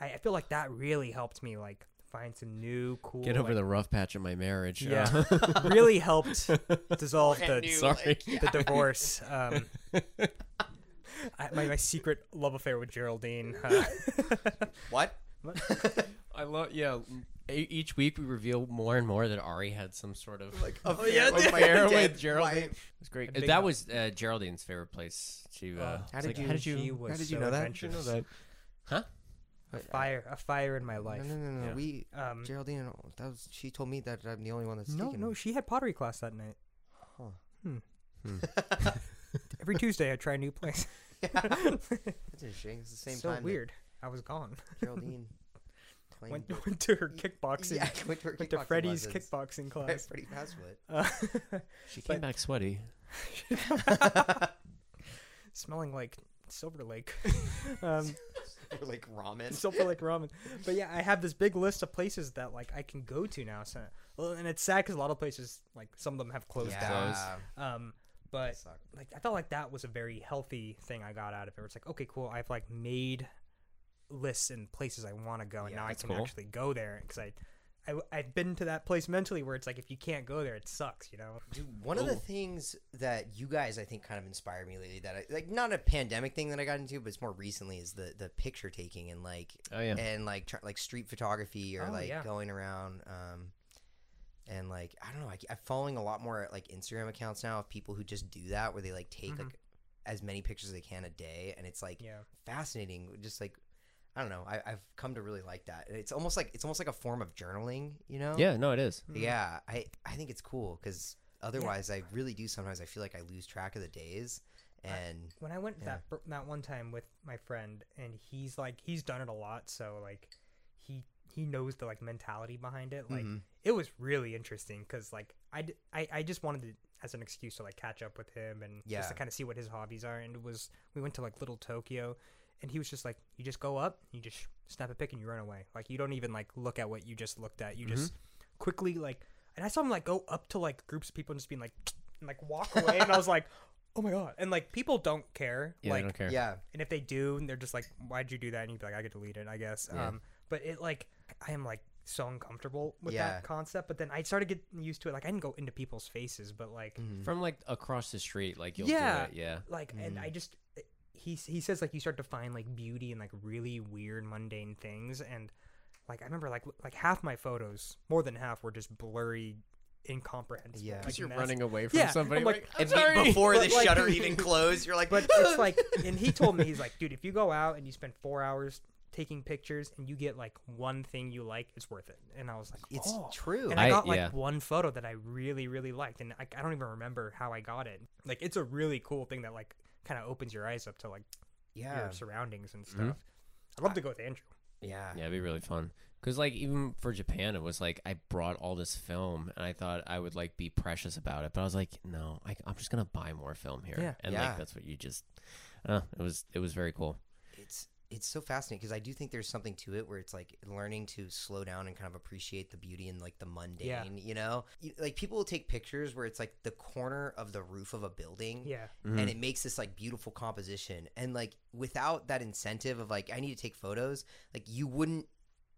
S1: I, I feel like that really helped me like find some new cool
S3: Get over
S1: like,
S3: the rough patch of my marriage.
S1: yeah
S3: Uh,
S1: really helped dissolve the,
S3: Sorry.
S1: the divorce um I, my, my secret love affair with Geraldine uh,
S2: What?
S1: Oh,
S3: I love. Yeah. e- Each week we reveal more and more that Ari had some sort of like
S2: Affair Oh, with my
S3: affair
S2: dead
S3: with Geraldine.
S2: wife.
S3: It's great.
S1: big
S3: that
S1: one.
S3: was uh, Geraldine's favorite place. She. Uh,
S1: Oh.
S3: it's
S2: How did
S3: like,
S2: you-
S3: How did you?
S1: she was
S2: How did you
S1: so
S2: know that?
S1: adventurous
S3: Huh?
S1: a fire a fire in my life
S2: No, no, no, no.
S3: Yeah.
S2: We
S1: um
S2: Geraldine. That was. She told me that I'm the only one that's
S1: no
S2: taken.
S1: no she had pottery class that night
S2: Huh.
S1: Hmm. every Tuesday I try a new place
S2: That's interesting. It's the same
S1: so
S2: time. that
S1: weird I was gone
S2: Geraldine. playing
S1: went,
S2: with-
S1: went to her kickboxing
S2: Yeah, went to her
S1: went to
S2: kickboxing
S1: Freddy's
S2: lessons.
S1: kickboxing
S2: By
S1: class
S2: Freddie Fazbear.
S1: Uh,
S3: She came back sweaty.
S1: smelling like Silver Lake, um,
S2: Or like ramen.
S1: Silver Lake ramen. But yeah, I have this big list of places that like I can go to now. So, well, and it's sad because a lot of places, like some of them, have closed
S2: yeah.
S1: down. Um,
S2: that
S1: but
S2: sucked.
S1: like I felt like that was a very healthy thing I got out of it. It's like okay, cool. I've like made lists and places I want to go, and
S2: Yeah,
S1: now I
S3: that's
S1: can
S3: cool.
S1: actually go there because I. I, I've been to that place mentally where it's like if you can't go there, it sucks, you know.
S2: Dude, one of the things that you guys I think kind of inspired me lately that I, like not a pandemic thing that I got into, but it's more recently is the the picture taking and like
S3: Oh yeah.
S2: and like tr- like street photography or
S1: Oh,
S2: like
S1: yeah.
S2: going around um and like I don't know I, am following a lot more like Instagram accounts now of people who just do that where they like take
S1: Mhm.
S2: like as many pictures as they can a day and it's like
S1: Yeah,
S2: fascinating just like I don't know I, I've come to really like that it's almost like it's almost like a form of journaling you know
S3: Yeah. No, it is.
S1: Mm.
S2: yeah I I think it's cool because otherwise I really do sometimes I feel like I lose track of the days and
S1: when I went
S2: Yeah.
S1: that that that one time with my friend, and he's like he's done it a lot, so like he he knows the like mentality behind it.
S3: Mm-hmm.
S1: Like
S2: Mhm.
S1: it was really interesting because like I, d- I I just wanted to as an excuse to like catch up with him and just to
S2: Yeah.
S1: kind of see what his hobbies are. And it was we went to like Little Tokyo, and he was just like you just go up, you just snap a pic, and you run away. Like you don't even like look at what you just looked at. You just
S3: Mm-hmm.
S1: quickly like and I saw him like go up to like groups of people and just being like and like walk away, and I was like. Oh my god! And like people don't care.
S3: Yeah. I
S1: like
S3: don't care.
S2: yeah
S1: and if they do, and they're just like, "Why'd you do that?" And you'd be like, "I could delete it, I guess."
S3: Yeah.
S1: Um, but it like, I am like so uncomfortable with
S2: Yeah.
S1: that concept. But then I started getting used to it. Like I didn't go into people's faces, but like,
S2: Mm-hmm.
S3: From like across the street, like you'll
S1: Yeah.
S3: do it. Yeah.
S1: like, and
S2: Mm-hmm.
S1: I just he he says like you start to find like beauty in like really weird mundane things, and like I remember like like half my photos, more than half, were just blurry, incomprehensible.
S2: Yeah.
S1: like,
S2: Because
S3: you're
S1: mess-
S3: running away from
S1: Yeah,
S3: somebody.
S1: I'm
S3: like,
S1: like,
S3: "I'm
S2: And be-
S3: sorry."
S2: before
S1: But,
S2: the
S1: like-
S2: shutter even closed you're like
S1: But it's like, and he told me he's like, dude, if you go out and you spend four hours taking pictures and you get like one thing you like, it's worth it. And I was like,
S2: it's
S1: "Oh."
S2: true
S1: And I,
S3: I-
S1: got like
S3: yeah.
S1: one photo that I really, really liked, and I, I don't even remember how I got it. Like, it's a really cool thing that like kind of opens your eyes up to like
S2: yeah
S1: your surroundings and stuff.
S3: Mm-hmm.
S1: I'd love to go with Andrew.
S2: yeah
S3: Yeah, it'd be really fun. Cause like even for Japan, it was like I brought all this film, and I thought I would like be precious about it, but I was like, no, I, I'm just gonna buy more film here,
S1: Yeah.
S3: and
S2: Yeah.
S3: like that's what you just. Uh, it was it was very cool.
S2: it's it's so fascinating because I do think there's something to it where it's like learning to slow down and kind of appreciate the beauty and like the mundane.
S1: Yeah.
S2: You know, You- like people will take pictures where it's like the corner of the roof of a building,
S1: Yeah,
S3: Mm-hmm.
S2: and it makes this like beautiful composition. And like without that incentive of like I need to take photos, like you wouldn't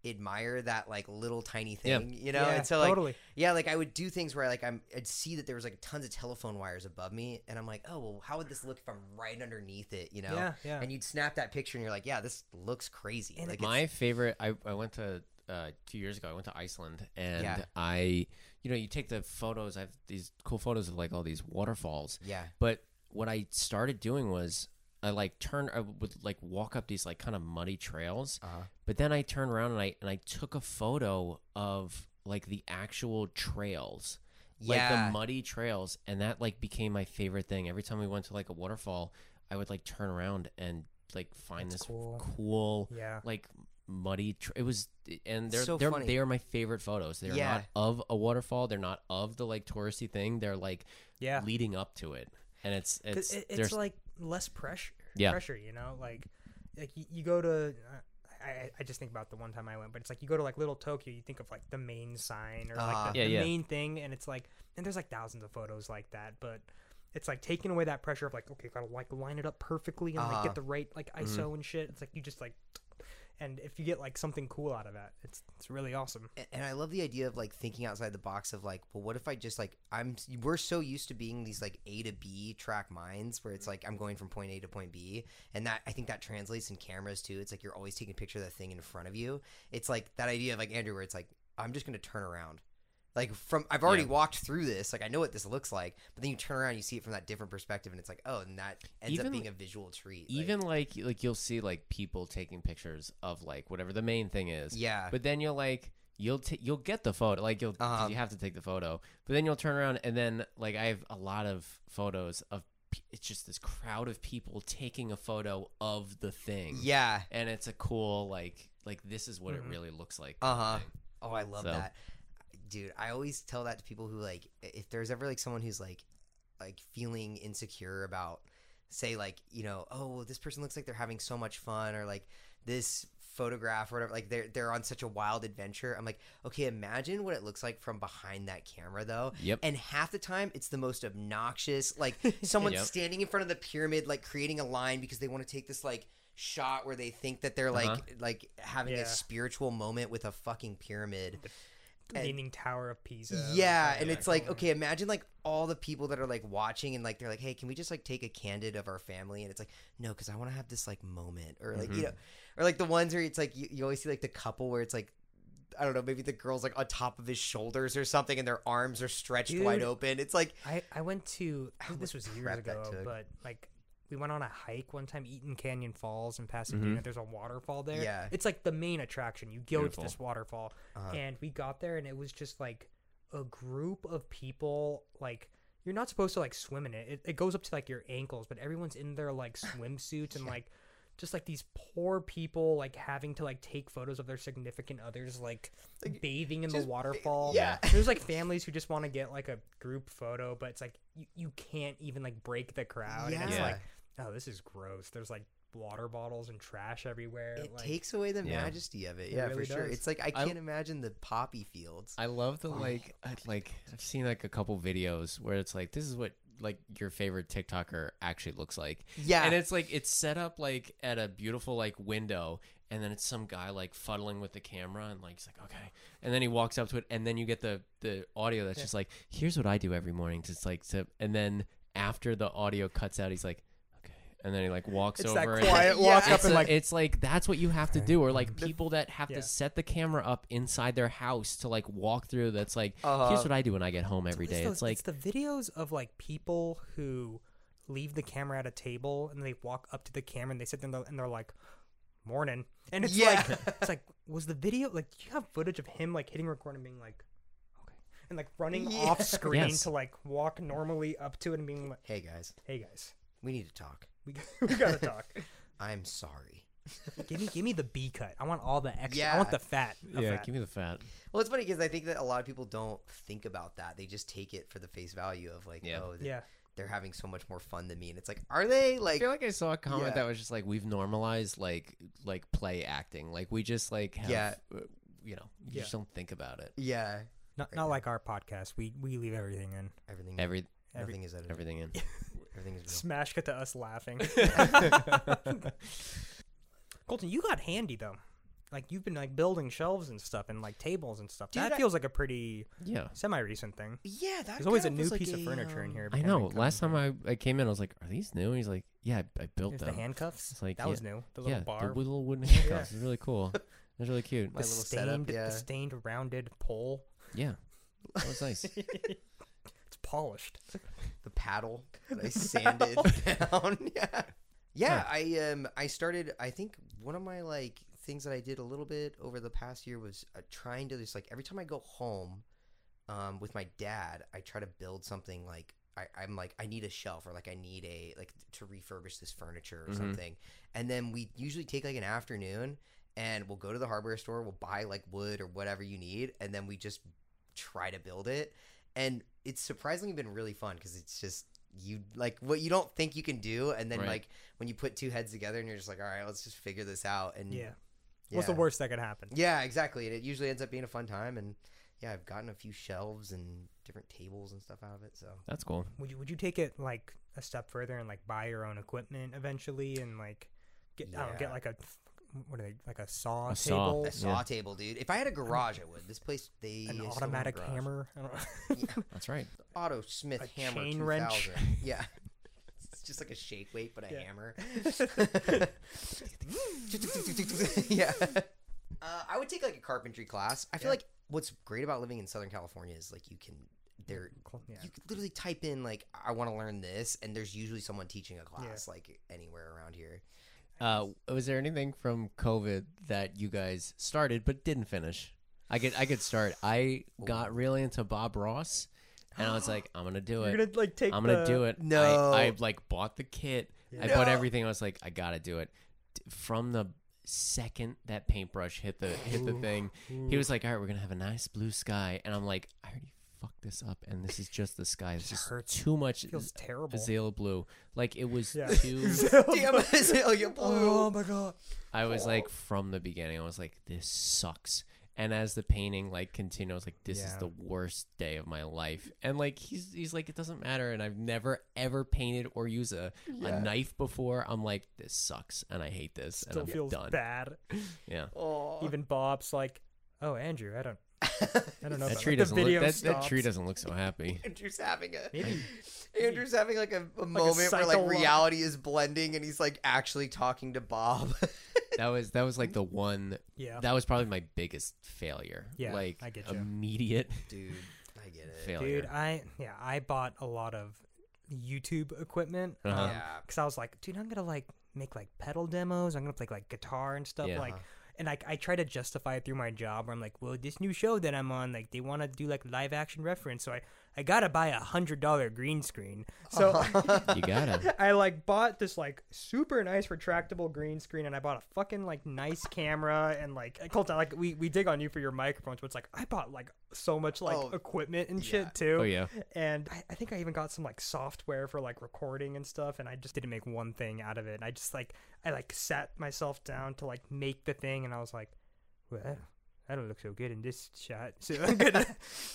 S2: admire that like little tiny
S3: Yeah.
S2: thing, you know.
S1: yeah,
S2: and so like
S1: totally.
S2: yeah, like I would do things where like I'm, I'd see that there was like tons of telephone wires above me, and I'm like, oh well, how would this look if I'm right underneath it, you know?
S1: Yeah, yeah.
S2: And you'd snap that picture, and you're like, yeah, this looks crazy.
S1: And
S2: like it's-
S3: My favorite. I, I went to uh, two years ago. I went to Iceland, and
S2: Yeah.
S3: I, you know, you take the photos. I have these cool photos of like all these waterfalls,
S2: yeah,
S3: But what I started doing was I like turn I would like walk up these like kind of muddy trails.
S2: Uh-huh.
S3: But then I turned around and I and I took a photo of like the actual trails like
S2: Yeah.
S3: the muddy trails, and that like became my favorite thing. Every time we went to like a waterfall, I would like turn around and like find
S1: That's
S3: this
S1: cool.
S3: cool,
S1: Yeah.
S3: like muddy. Tr- it was, and they're
S2: So
S3: they're
S2: funny.
S3: they are my favorite photos. They're
S2: Yeah.
S3: not of a waterfall. They're not of the like touristy thing. They're like
S1: Yeah.
S3: leading up to it, and it's
S1: 'Cause
S3: it's
S1: it- it's
S3: there's
S1: like less pressure.
S3: Yeah.
S1: Pressure, you know, like like you, you go to. Uh, I- I, I just think about the one time I went, but it's like you go to like little Tokyo, you think of like the main sign or
S2: Ah.
S1: like the,
S3: Yeah,
S1: the
S3: yeah.
S1: main thing, and it's like, and there's like thousands of photos like that, but it's like taking away that pressure of like, okay, gotta like line it up perfectly and like
S2: Uh-huh.
S1: get the right like ISO and shit. It's like you just like, and if you get like something cool out of that, it's it's really awesome.
S2: A- and I love the idea of like thinking outside the box of like, well, what if I just like I'm we're so used to being these like A to B track minds where
S3: Mm-hmm.
S2: it's like I'm going from point A to point B, and that I think that translates in cameras too. It's like you're always taking a picture of that thing in front of you. It's like that idea of like Andrew, where it's like I'm just gonna turn around. Like from I've already
S3: Yeah.
S2: walked through this, like I know what this looks like, but then you turn around, you see it from that different perspective, and it's like, oh, and that ends up
S3: Even-
S2: being a visual treat. like-
S3: even like like you'll see like people taking pictures of like whatever the main thing is.
S2: yeah,
S3: But then you'll like you'll t- you'll get the photo like you'll 'cause
S2: Uh-huh.
S3: you have to take the photo. But then you'll turn around and then like I have a lot of photos of p- it's just this crowd of people taking a photo of the thing.
S2: yeah.
S3: And it's a cool like like this is what
S1: Mhm.
S3: it really looks like.
S2: Uh huh. Oh, I love
S3: So-
S2: that, dude. I always tell that to people who like, if there's ever like someone who's like, like feeling insecure about, say like, you know, oh, well, this person looks like they're having so much fun, or like this photograph or whatever, like they're they're on such a wild adventure. I'm like, okay, imagine what it looks like from behind that camera though.
S3: Yep.
S2: And half the time, it's the most obnoxious. Like someone's
S3: Yep.
S2: standing in front of the pyramid, like creating a line because they want to take this like shot where they think that they're like
S3: Uh-huh.
S2: like having
S1: Yeah.
S2: a spiritual moment with a fucking pyramid. And-
S1: Leaning Tower of Pisa. like
S2: yeah,
S1: that,
S2: and
S1: like,
S2: it's like
S1: going-
S2: okay, imagine like all the people that are like watching and like they're like, hey, can we just like take a candid of our family? And it's like, no, because I want to have this like moment or
S1: Mm-hmm.
S2: like you know, or like the ones where it's like you, you always see like the couple where it's like. I don't know. Maybe the girl's like on top of his shoulders or something, and their arms are stretched wide
S1: Dude.
S2: open. It's like,
S1: I, I went to
S2: How
S1: this
S2: much
S1: was years
S2: prep that
S1: ago,
S2: took.
S1: but like we went on a hike one time, Eaton Canyon Falls in Pasadena. There's a waterfall there.
S2: Mm-hmm. Yeah.
S1: it's like the main attraction. You go
S3: Beautiful.
S1: to this waterfall,
S2: Uh-huh.
S1: and we got there, and it was just like a group of people. Like you're not supposed to like swim in it. It, it goes up to like your ankles, but everyone's in their like swimsuits and like just like these poor people like having to like take photos of their significant others like bathing in the waterfall
S2: yeah.
S1: there's like families who just want to get like a group photo but it's like you, you can't even like break the crowd and it's
S2: Yeah.
S1: like oh this is gross there's like water bottles and trash everywhere
S2: it
S1: like,
S2: takes away the
S3: Yeah.
S2: majesty of it. Yeah,
S1: really
S2: for sure.
S1: does.
S2: It's like I
S3: I-
S2: can't imagine the poppy fields.
S3: I love
S2: Oh
S3: the like I- like I've seen like a couple videos where it's like this is what like your favorite TikToker actually looks like.
S2: yeah,
S3: And it's like it's set up like at a beautiful like window and then it's some guy like fuddling with the camera and like he's like okay and then he walks up to it and then you get the the audio that's just like here's what I do every morning just like to, and then after the audio cuts out he's like okay and then he like walks
S1: it's that
S3: over and
S1: quiet
S2: Yeah.
S1: walk up
S3: it's,
S1: and
S3: a-
S1: like
S3: it's like that's what you have to do or like people that have
S1: yeah.
S3: to set the camera up inside their house to like walk through that's like
S2: Uh-huh.
S3: here's what i do when i get home every
S1: It's
S3: day
S1: those-
S3: it's like
S1: the videos of like people who leave the camera at a table and they walk up to the camera and they sit there and they're, and they're like morning and it's
S2: Yeah.
S1: like it's like was the video like do you have footage of him like hitting record and being like okay and like running
S2: Yeah.
S1: off screen
S3: Yes.
S1: to like walk normally up to it and being like
S2: hey guys,
S1: hey guys
S2: we need to talk.
S1: we, we gotta talk
S2: I'm sorry.
S1: give me give me the b cut i want all the extra i
S2: Yeah.
S1: want the fat of
S3: yeah
S1: that.
S3: give me the fat
S2: Well, it's funny because I think that a lot of people don't think about that. They just take it for the face value of like,
S3: Yeah.
S2: oh, th-
S1: yeah
S2: they're having so much more fun than me, and it's like, are they?
S3: I
S2: Like,
S3: feel like I saw a comment
S2: Yeah.
S3: that was just like we've normalized like like play acting. Like we just like have
S2: Yeah.
S3: uh, you know, you
S1: Yeah.
S3: just don't think about it.
S2: yeah,
S1: not, not like our podcast we we leave everything in
S2: everything,
S3: Every
S1: every-
S2: everything is edited.
S3: everything in.
S2: Everything is real.
S1: smash cut to us laughing Colton, you got handy though. Like you've been like building shelves and stuff and like tables and stuff.
S2: Dude,
S1: that
S2: I-
S1: feels like a pretty
S3: Yeah.
S1: semi recent thing.
S2: Yeah, that
S1: There's always a
S2: kind
S1: new
S2: was like
S1: piece of
S2: a,
S1: furniture in
S2: um,
S1: here. every
S3: I
S1: time we
S3: know.
S1: come
S3: Last
S1: in.
S3: time I, I came in I was like, Are these new? And he's like, Yeah, I, I built
S1: There's
S3: them.
S1: the handcuffs.
S3: It's like,
S1: that
S3: yeah,
S1: was new. The little
S3: yeah,
S1: bar.
S3: the little wooden
S1: Yeah.
S3: handcuffs. It's really cool. It's really cute.
S1: the
S2: my little setup,
S1: stained,
S2: yeah.
S1: the stained rounded pole.
S3: Yeah. That was nice.
S1: It's polished.
S2: the paddle that I sanded down. yeah, yeah. I um, I started. I think one of my like things that I did a little bit over the past year was uh, trying to just like every time I go home, um, with my dad, I try to build something like I, I'm like I need a shelf or like I need a like to refurbish this furniture or
S3: Mhm.
S2: something, and then we usually take like an afternoon and we'll go to the hardware store, we'll buy like wood or whatever you need, and then we just try to build it, and it's surprisingly been really fun because it's just you like what you don't think you can do, and then
S3: Right.
S2: like when you put two heads together and you're just like, all right, let's just figure this out, and
S1: Mm. Yeah. What's the
S2: yeah.
S1: worst that could happen?
S2: Yeah, exactly. And it usually ends up being a fun time. And yeah, I've gotten a few shelves and different tables and stuff out of it. So
S3: That's cool.
S1: Would you would you take it like a step further and like buy your own equipment eventually and like get I don't know,
S2: Yeah.
S1: get like a what are they like a saw
S3: A saw.
S1: table,
S2: a saw table, dude. If I had a garage, I would. This place, they
S1: an
S2: still have a
S1: automatic
S2: garage.
S1: hammer. I don't know.
S3: That's right.
S2: Auto Smith
S1: A
S2: hammer,
S1: chain
S2: 2000.
S1: wrench.
S2: Yeah. It's just like a shake weight, but a
S1: Yeah.
S2: hammer. yeah. Uh, I would take like a carpentry class. I feel
S1: Yeah.
S2: like what's great about living in Southern California is like you can there
S1: Cool, Mm, yeah.
S2: you could literally type in like I want to learn this, and there's usually someone teaching a class like anywhere around here.
S3: Uh, was there anything from COVID that you guys started but didn't finish? I could I could start. I got really into Bob Ross, and I was like, I'm gonna do it.
S1: You're gonna like take.
S3: I'm gonna
S1: the-
S3: do it.
S2: No.
S3: I, I like bought the kit. I bought
S2: No.
S3: everything. I was like, I gotta do it. D- From the second that paintbrush hit the hit the thing, he was like, All right, we're gonna have a nice blue sky, and I'm like, I already fucked this up, and this is just the sky. It's just
S1: hurts.
S3: too much.
S1: Feels terrible.
S3: Azalea blue. Like it was
S1: Yeah.
S3: too.
S2: Damn Azalea
S1: Oh
S2: Blue.
S1: my god.
S3: I was like from the beginning, I was like, this sucks. And as the painting like continued, I was like, this is
S1: Yeah.
S3: the worst day of my life. And like he's he's like, it doesn't matter. And I've never ever painted or used a, a knife before. I'm like, this sucks and I hate this.
S1: Still
S3: and I'm
S1: feels
S3: done.
S1: bad.
S3: Yeah.
S2: Oh.
S1: Even Bob's like, oh Andrew, I don't, I don't know.
S3: That
S1: about
S3: tree
S1: the
S3: doesn't
S1: video
S3: look that, that
S1: stops."
S3: tree doesn't look so happy.
S2: Andrew's having a
S1: Maybe
S2: Andrew's having like a, a moment where like
S1: psycho-
S2: reality is blending and he's like actually talking to Bob.
S3: That was that was like the one
S1: Yeah.
S3: that was probably my biggest failure.
S1: Yeah,
S3: Like
S1: I get you.
S3: immediate
S2: Dude, I get it.
S3: failure.
S1: Dude, I yeah, I bought a lot of YouTube equipment um,
S3: Uh-huh.
S1: because
S2: Yeah.
S1: I was like, dude, I'm gonna like make like pedal demos. I'm gonna play like guitar and stuff.
S3: Yeah.
S1: Like, and like I try to justify it through my job where I'm like, well, this new show that I'm on, like they want to do like live action reference, so I I gotta buy a hundred dollar green screen. So.
S3: you gotta.
S1: I like bought this like super nice retractable green screen and I bought a fucking like nice camera and like Colton like we, we dig on you for your microphones but it's like I bought like so much like
S2: Oh,
S1: equipment and
S2: yeah.
S1: shit too
S3: Oh yeah.
S1: and I, I think I even got some like software for like recording and stuff and I just didn't make one thing out of it I just like I like sat myself down to like make the thing and I was like well I don't look so good in this shot so I'm gonna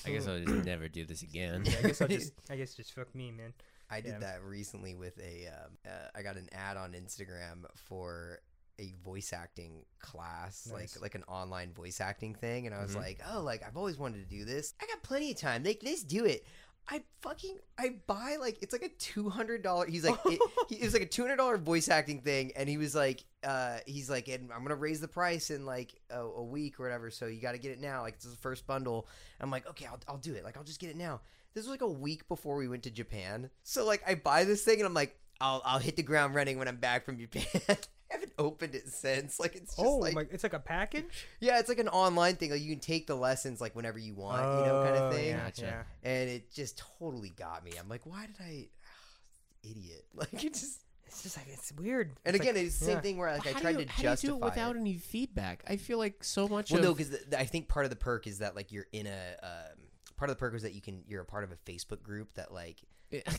S3: I guess I'll just never do this again.
S1: I guess I'll just I guess just fuck me man
S2: I did
S1: Yeah.
S2: that recently with a. Um, uh, I got an ad on Instagram for a voice acting class,
S1: Nice.
S2: like like an online voice acting thing, and I was
S3: Mhm.
S2: like, oh, like I've always wanted to do this. I got plenty of time. Like, let's do it. I fucking I buy like it's like a two hundred dollar. He's like it, he, it was like a two hundred dollar voice acting thing, and he was like, uh, he's like, and I'm gonna raise the price in like a, a week or whatever. So you got to get it now. Like it's the first bundle. I'm like, okay, I'll I'll do it. Like I'll just get it now. This was like a week before we went to Japan. So like I buy this thing and I'm like, I'll I'll hit the ground running when I'm back from Japan. I haven't opened it since. Like it's just
S1: oh
S2: like
S1: my it's like a package
S2: yeah, it's like an online thing. Like you can take the lessons like whenever you want, you know, kind
S1: Oh,
S2: of thing.
S1: yeah,
S3: Gotcha.
S1: yeah.
S2: And it just totally got me. I'm like, why did I ah, idiot? Like it just
S1: It's just like it's weird.
S2: and
S1: It's like-
S2: again, it's the same
S1: yeah.
S2: thing where like I
S3: How do
S2: tried
S3: you-
S2: to
S3: how
S2: justify
S3: do you do it without
S2: it.
S3: any feedback? I feel like so much
S2: Well,
S3: of
S2: no, because I think part of the perk is that like you're in a um, part of the perk is that you can you're a part of a Facebook group that like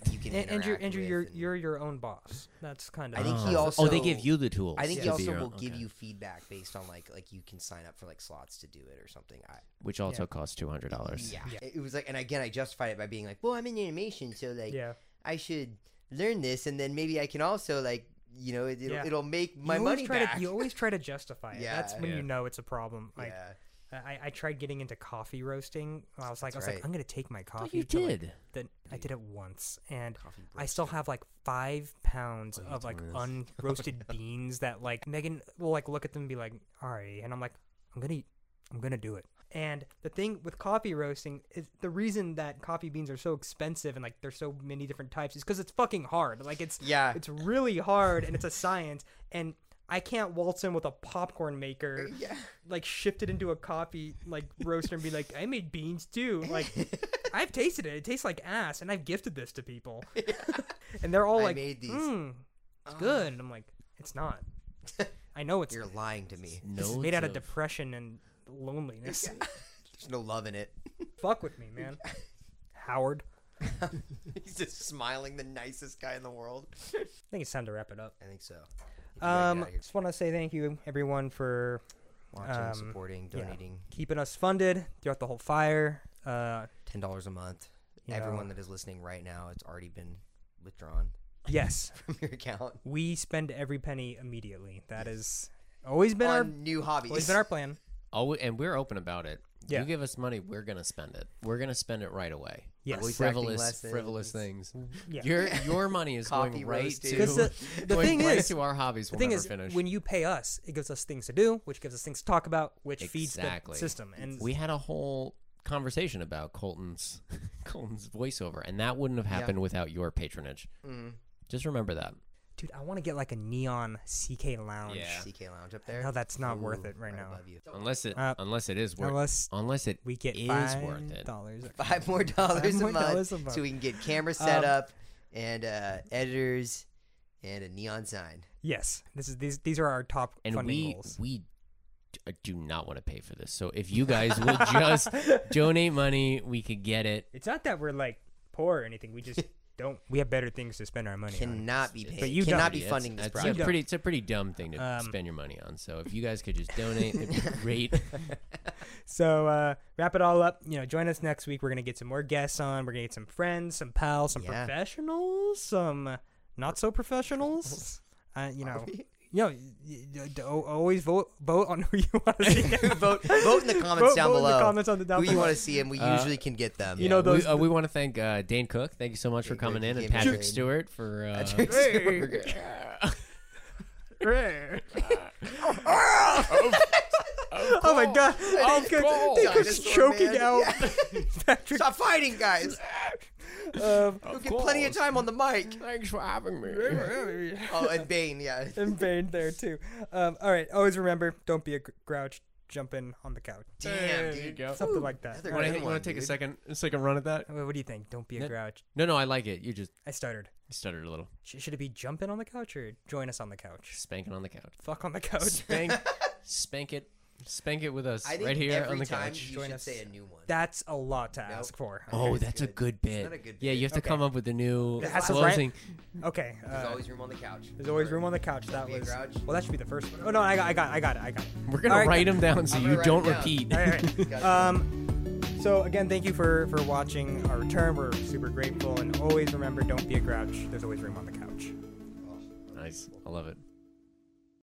S2: you can
S1: A- Andrew,
S2: interact
S1: Andrew,
S2: with
S1: you're
S2: and-
S1: you're your own boss. That's kind of.
S2: I think he
S3: Oh.
S2: also-
S3: Oh, they give you the tools.
S2: I think
S1: Yeah.
S2: he
S3: to
S2: also
S3: be your
S2: will
S3: own-
S2: give
S3: okay.
S2: you feedback based on like like you can sign up for like slots to do it or something. I,
S3: which also costs two hundred dollars.
S2: yeah.
S1: Yeah.
S2: it was like, and again, I justified it by being like, well, I'm in animation, so like
S1: Yeah.
S2: I should learn this, and then maybe I can also like you know it, it'll,
S1: Yeah.
S2: it'll make my
S1: you always
S2: money
S1: try
S2: back.
S1: To, you always try to justify it. That's
S2: Yeah.
S1: when
S3: Yeah.
S1: you know it's a problem. Like
S2: yeah.
S1: I, I tried getting into coffee roasting. I was like,
S2: That's
S1: I was
S2: right.
S1: like, I'm gonna take my coffee.
S3: Oh, you
S1: to, like,
S3: did.
S1: the- I did it once, and
S2: Coffee
S1: I still have like five pounds of like unroasted beans that like Megan will like look at them and be like, "All right," and I'm like, "I'm gonna, eat. I'm gonna do it." And the thing with coffee roasting is the reason that coffee beans are so expensive and like there's so many different types is because it's fucking hard. Like it's
S2: Yeah.
S1: it's really hard and it's a science and. I can't waltz in with a popcorn maker,
S2: Yeah.
S1: like shift it into a coffee like roaster and be like, I made beans too. Like I've tasted it. It tastes like ass, and I've gifted this to people, and they're all
S2: I
S1: like,
S2: made these. Ah.
S1: "Mm, it's good. And I'm like, it's not. I know it's
S2: You're lying to me.
S1: this is
S3: Nodes
S1: made out of
S3: of-
S1: depression and loneliness.
S2: There's no love in it.
S1: Fuck with me, man. Howard,
S2: He's just smiling, the nicest guy in the world.
S1: I think it's time to wrap it up.
S2: I think so.
S1: Um,
S2: outta here.
S1: just want to say thank you, everyone, for
S2: Watching,
S1: um,
S2: supporting,
S1: yeah,
S2: donating,
S1: keeping us funded throughout the whole fire. Uh,
S2: ten dollars a month.
S1: You
S2: Everyone
S1: know.
S2: that is listening right now, it's already been withdrawn
S1: yes,
S2: from your account.
S1: we spend every penny immediately. That has always been our
S2: on new hobbies.
S1: always been our plan.
S3: Oh, and we're open about it.
S1: Yeah.
S3: You give us money, we're gonna spend it. We're gonna spend it right away.
S1: Yes.
S2: Voice acting
S3: frivolous,
S2: lessons.
S3: frivolous things.
S1: Yeah.
S3: Your your money is
S2: Coffee
S3: going right
S2: roasting.
S3: to
S1: 'Cause the- the
S3: going
S1: thing
S3: right
S1: is-
S3: to our hobbies.
S1: The
S3: We'll
S1: thing
S3: never
S1: is,
S3: finish.
S1: when you pay us, it gives us things to do, which gives us things to talk about, which
S3: Exactly.
S1: feeds the system. And
S3: we had a whole conversation about Colton's Colton's voiceover, and that wouldn't have happened without your patronage.
S1: Mm-hmm.
S3: Just remember that.
S1: dude, I want to get like a neon CK lounge.
S3: Yeah.
S2: CK Lounge up there.
S1: No, that's not worth
S2: Ooh,
S1: it right, now.
S2: above you.
S3: Unless it
S1: Uh,
S3: unless it is worth
S1: unless
S3: unless it
S1: We get
S3: is
S1: five
S3: worth it.
S1: dollars.
S2: Five more dollars
S1: more
S2: a month,
S1: dollars a month.
S2: so we can get camera
S1: Um,
S2: set up and uh, editors and a neon sign.
S1: Yes, this is these these are our top
S3: and
S1: funding
S3: we
S1: goals.
S3: we d- uh, do not want to pay for this. So if you guys would just donate money, we could get it.
S1: It's not that we're like poor or anything. We just don't. We have better things to spend our money on.
S2: Cannot be
S1: But
S2: paid.
S1: you
S2: cannot
S1: don't.
S2: be
S3: It's-
S2: funding this
S3: it's
S2: project.
S3: A pretty, it's a pretty dumb thing to
S1: Um,
S3: spend your money on. So if you guys could just donate, it'd be great.
S1: So uh, wrap it all up. You know, join us next week. We're gonna get some more guests on. We're gonna get some friends, some pals, some
S2: Yeah.
S1: professionals, some not so professionals. Uh, you know, you know, y- y- d- al- always vote vote on who you want to see.
S2: vote, vote in the comments
S1: Vote-
S2: down
S1: vote in the
S2: below.
S1: comments on the down
S2: who you
S1: below.
S2: want to see, and we
S3: Uh,
S2: usually can get them.
S1: You know those-
S3: we, uh, we want to thank uh, Dane Cook. Thank you so much for
S2: Dane Cook,
S3: coming
S2: he
S3: in, and
S2: gave me
S3: Patrick
S2: trade.
S3: Stewart for. Uh,
S2: Patrick
S1: oh my god, they could, they could
S2: Dinosaur
S1: choking
S2: man.
S1: out Patrick.
S2: Stop fighting, guys.
S1: Um,
S2: You'll get plenty of time on the mic.
S3: Thanks for having me.
S2: Oh, and Bane, yeah.
S1: and Bane there too. Um, all right, always remember, don't be a gr- grouch. Jump in on the couch,
S2: Damn,
S3: you
S2: dude.
S3: go.
S1: something like that.
S2: Another
S1: All right.
S2: good one,
S3: Want to take a
S2: dude.
S3: second, a second run at that?
S1: Wait, What do you think? Don't be a
S3: Yeah.
S1: grouch.
S3: No, no, I like it. You just
S1: I stuttered.
S3: stuttered a little.
S1: Sh- Should it be jump in on the couch or join us on the couch?
S3: Spanking on the couch.
S1: Fuck on the
S3: Oh,
S1: couch.
S3: Spank, spank it, spank it with us
S2: I think
S3: right here
S2: every
S3: on the
S2: time
S3: couch.
S2: you
S1: Join
S2: should
S1: us.
S2: say a new one.
S1: That's a lot to ask for.
S3: Oh,
S2: It's
S3: that's a
S2: good.
S3: good bit.
S2: not a good
S3: Yeah,
S2: bit.
S3: you have to
S1: Okay.
S3: come up with a new
S1: It has to rhyme.
S3: closing.
S1: Okay.
S2: There's
S1: Uh,
S2: always room on the couch.
S1: there's always room on the couch. That
S2: be a
S1: was.
S2: grouch.
S1: Well, that should be the first one. Oh no, I got, I got, I got it, I got it.
S3: We're gonna
S1: All right.
S3: write them down so
S2: I'm gonna
S3: you
S2: write 'em
S3: don't
S2: down.
S3: repeat.
S1: All right. all right.
S2: Gotcha.
S1: um, so again, thank you for for watching our return. We're super grateful, and always remember, don't be a grouch. There's always room on the couch.
S3: nice. I love it.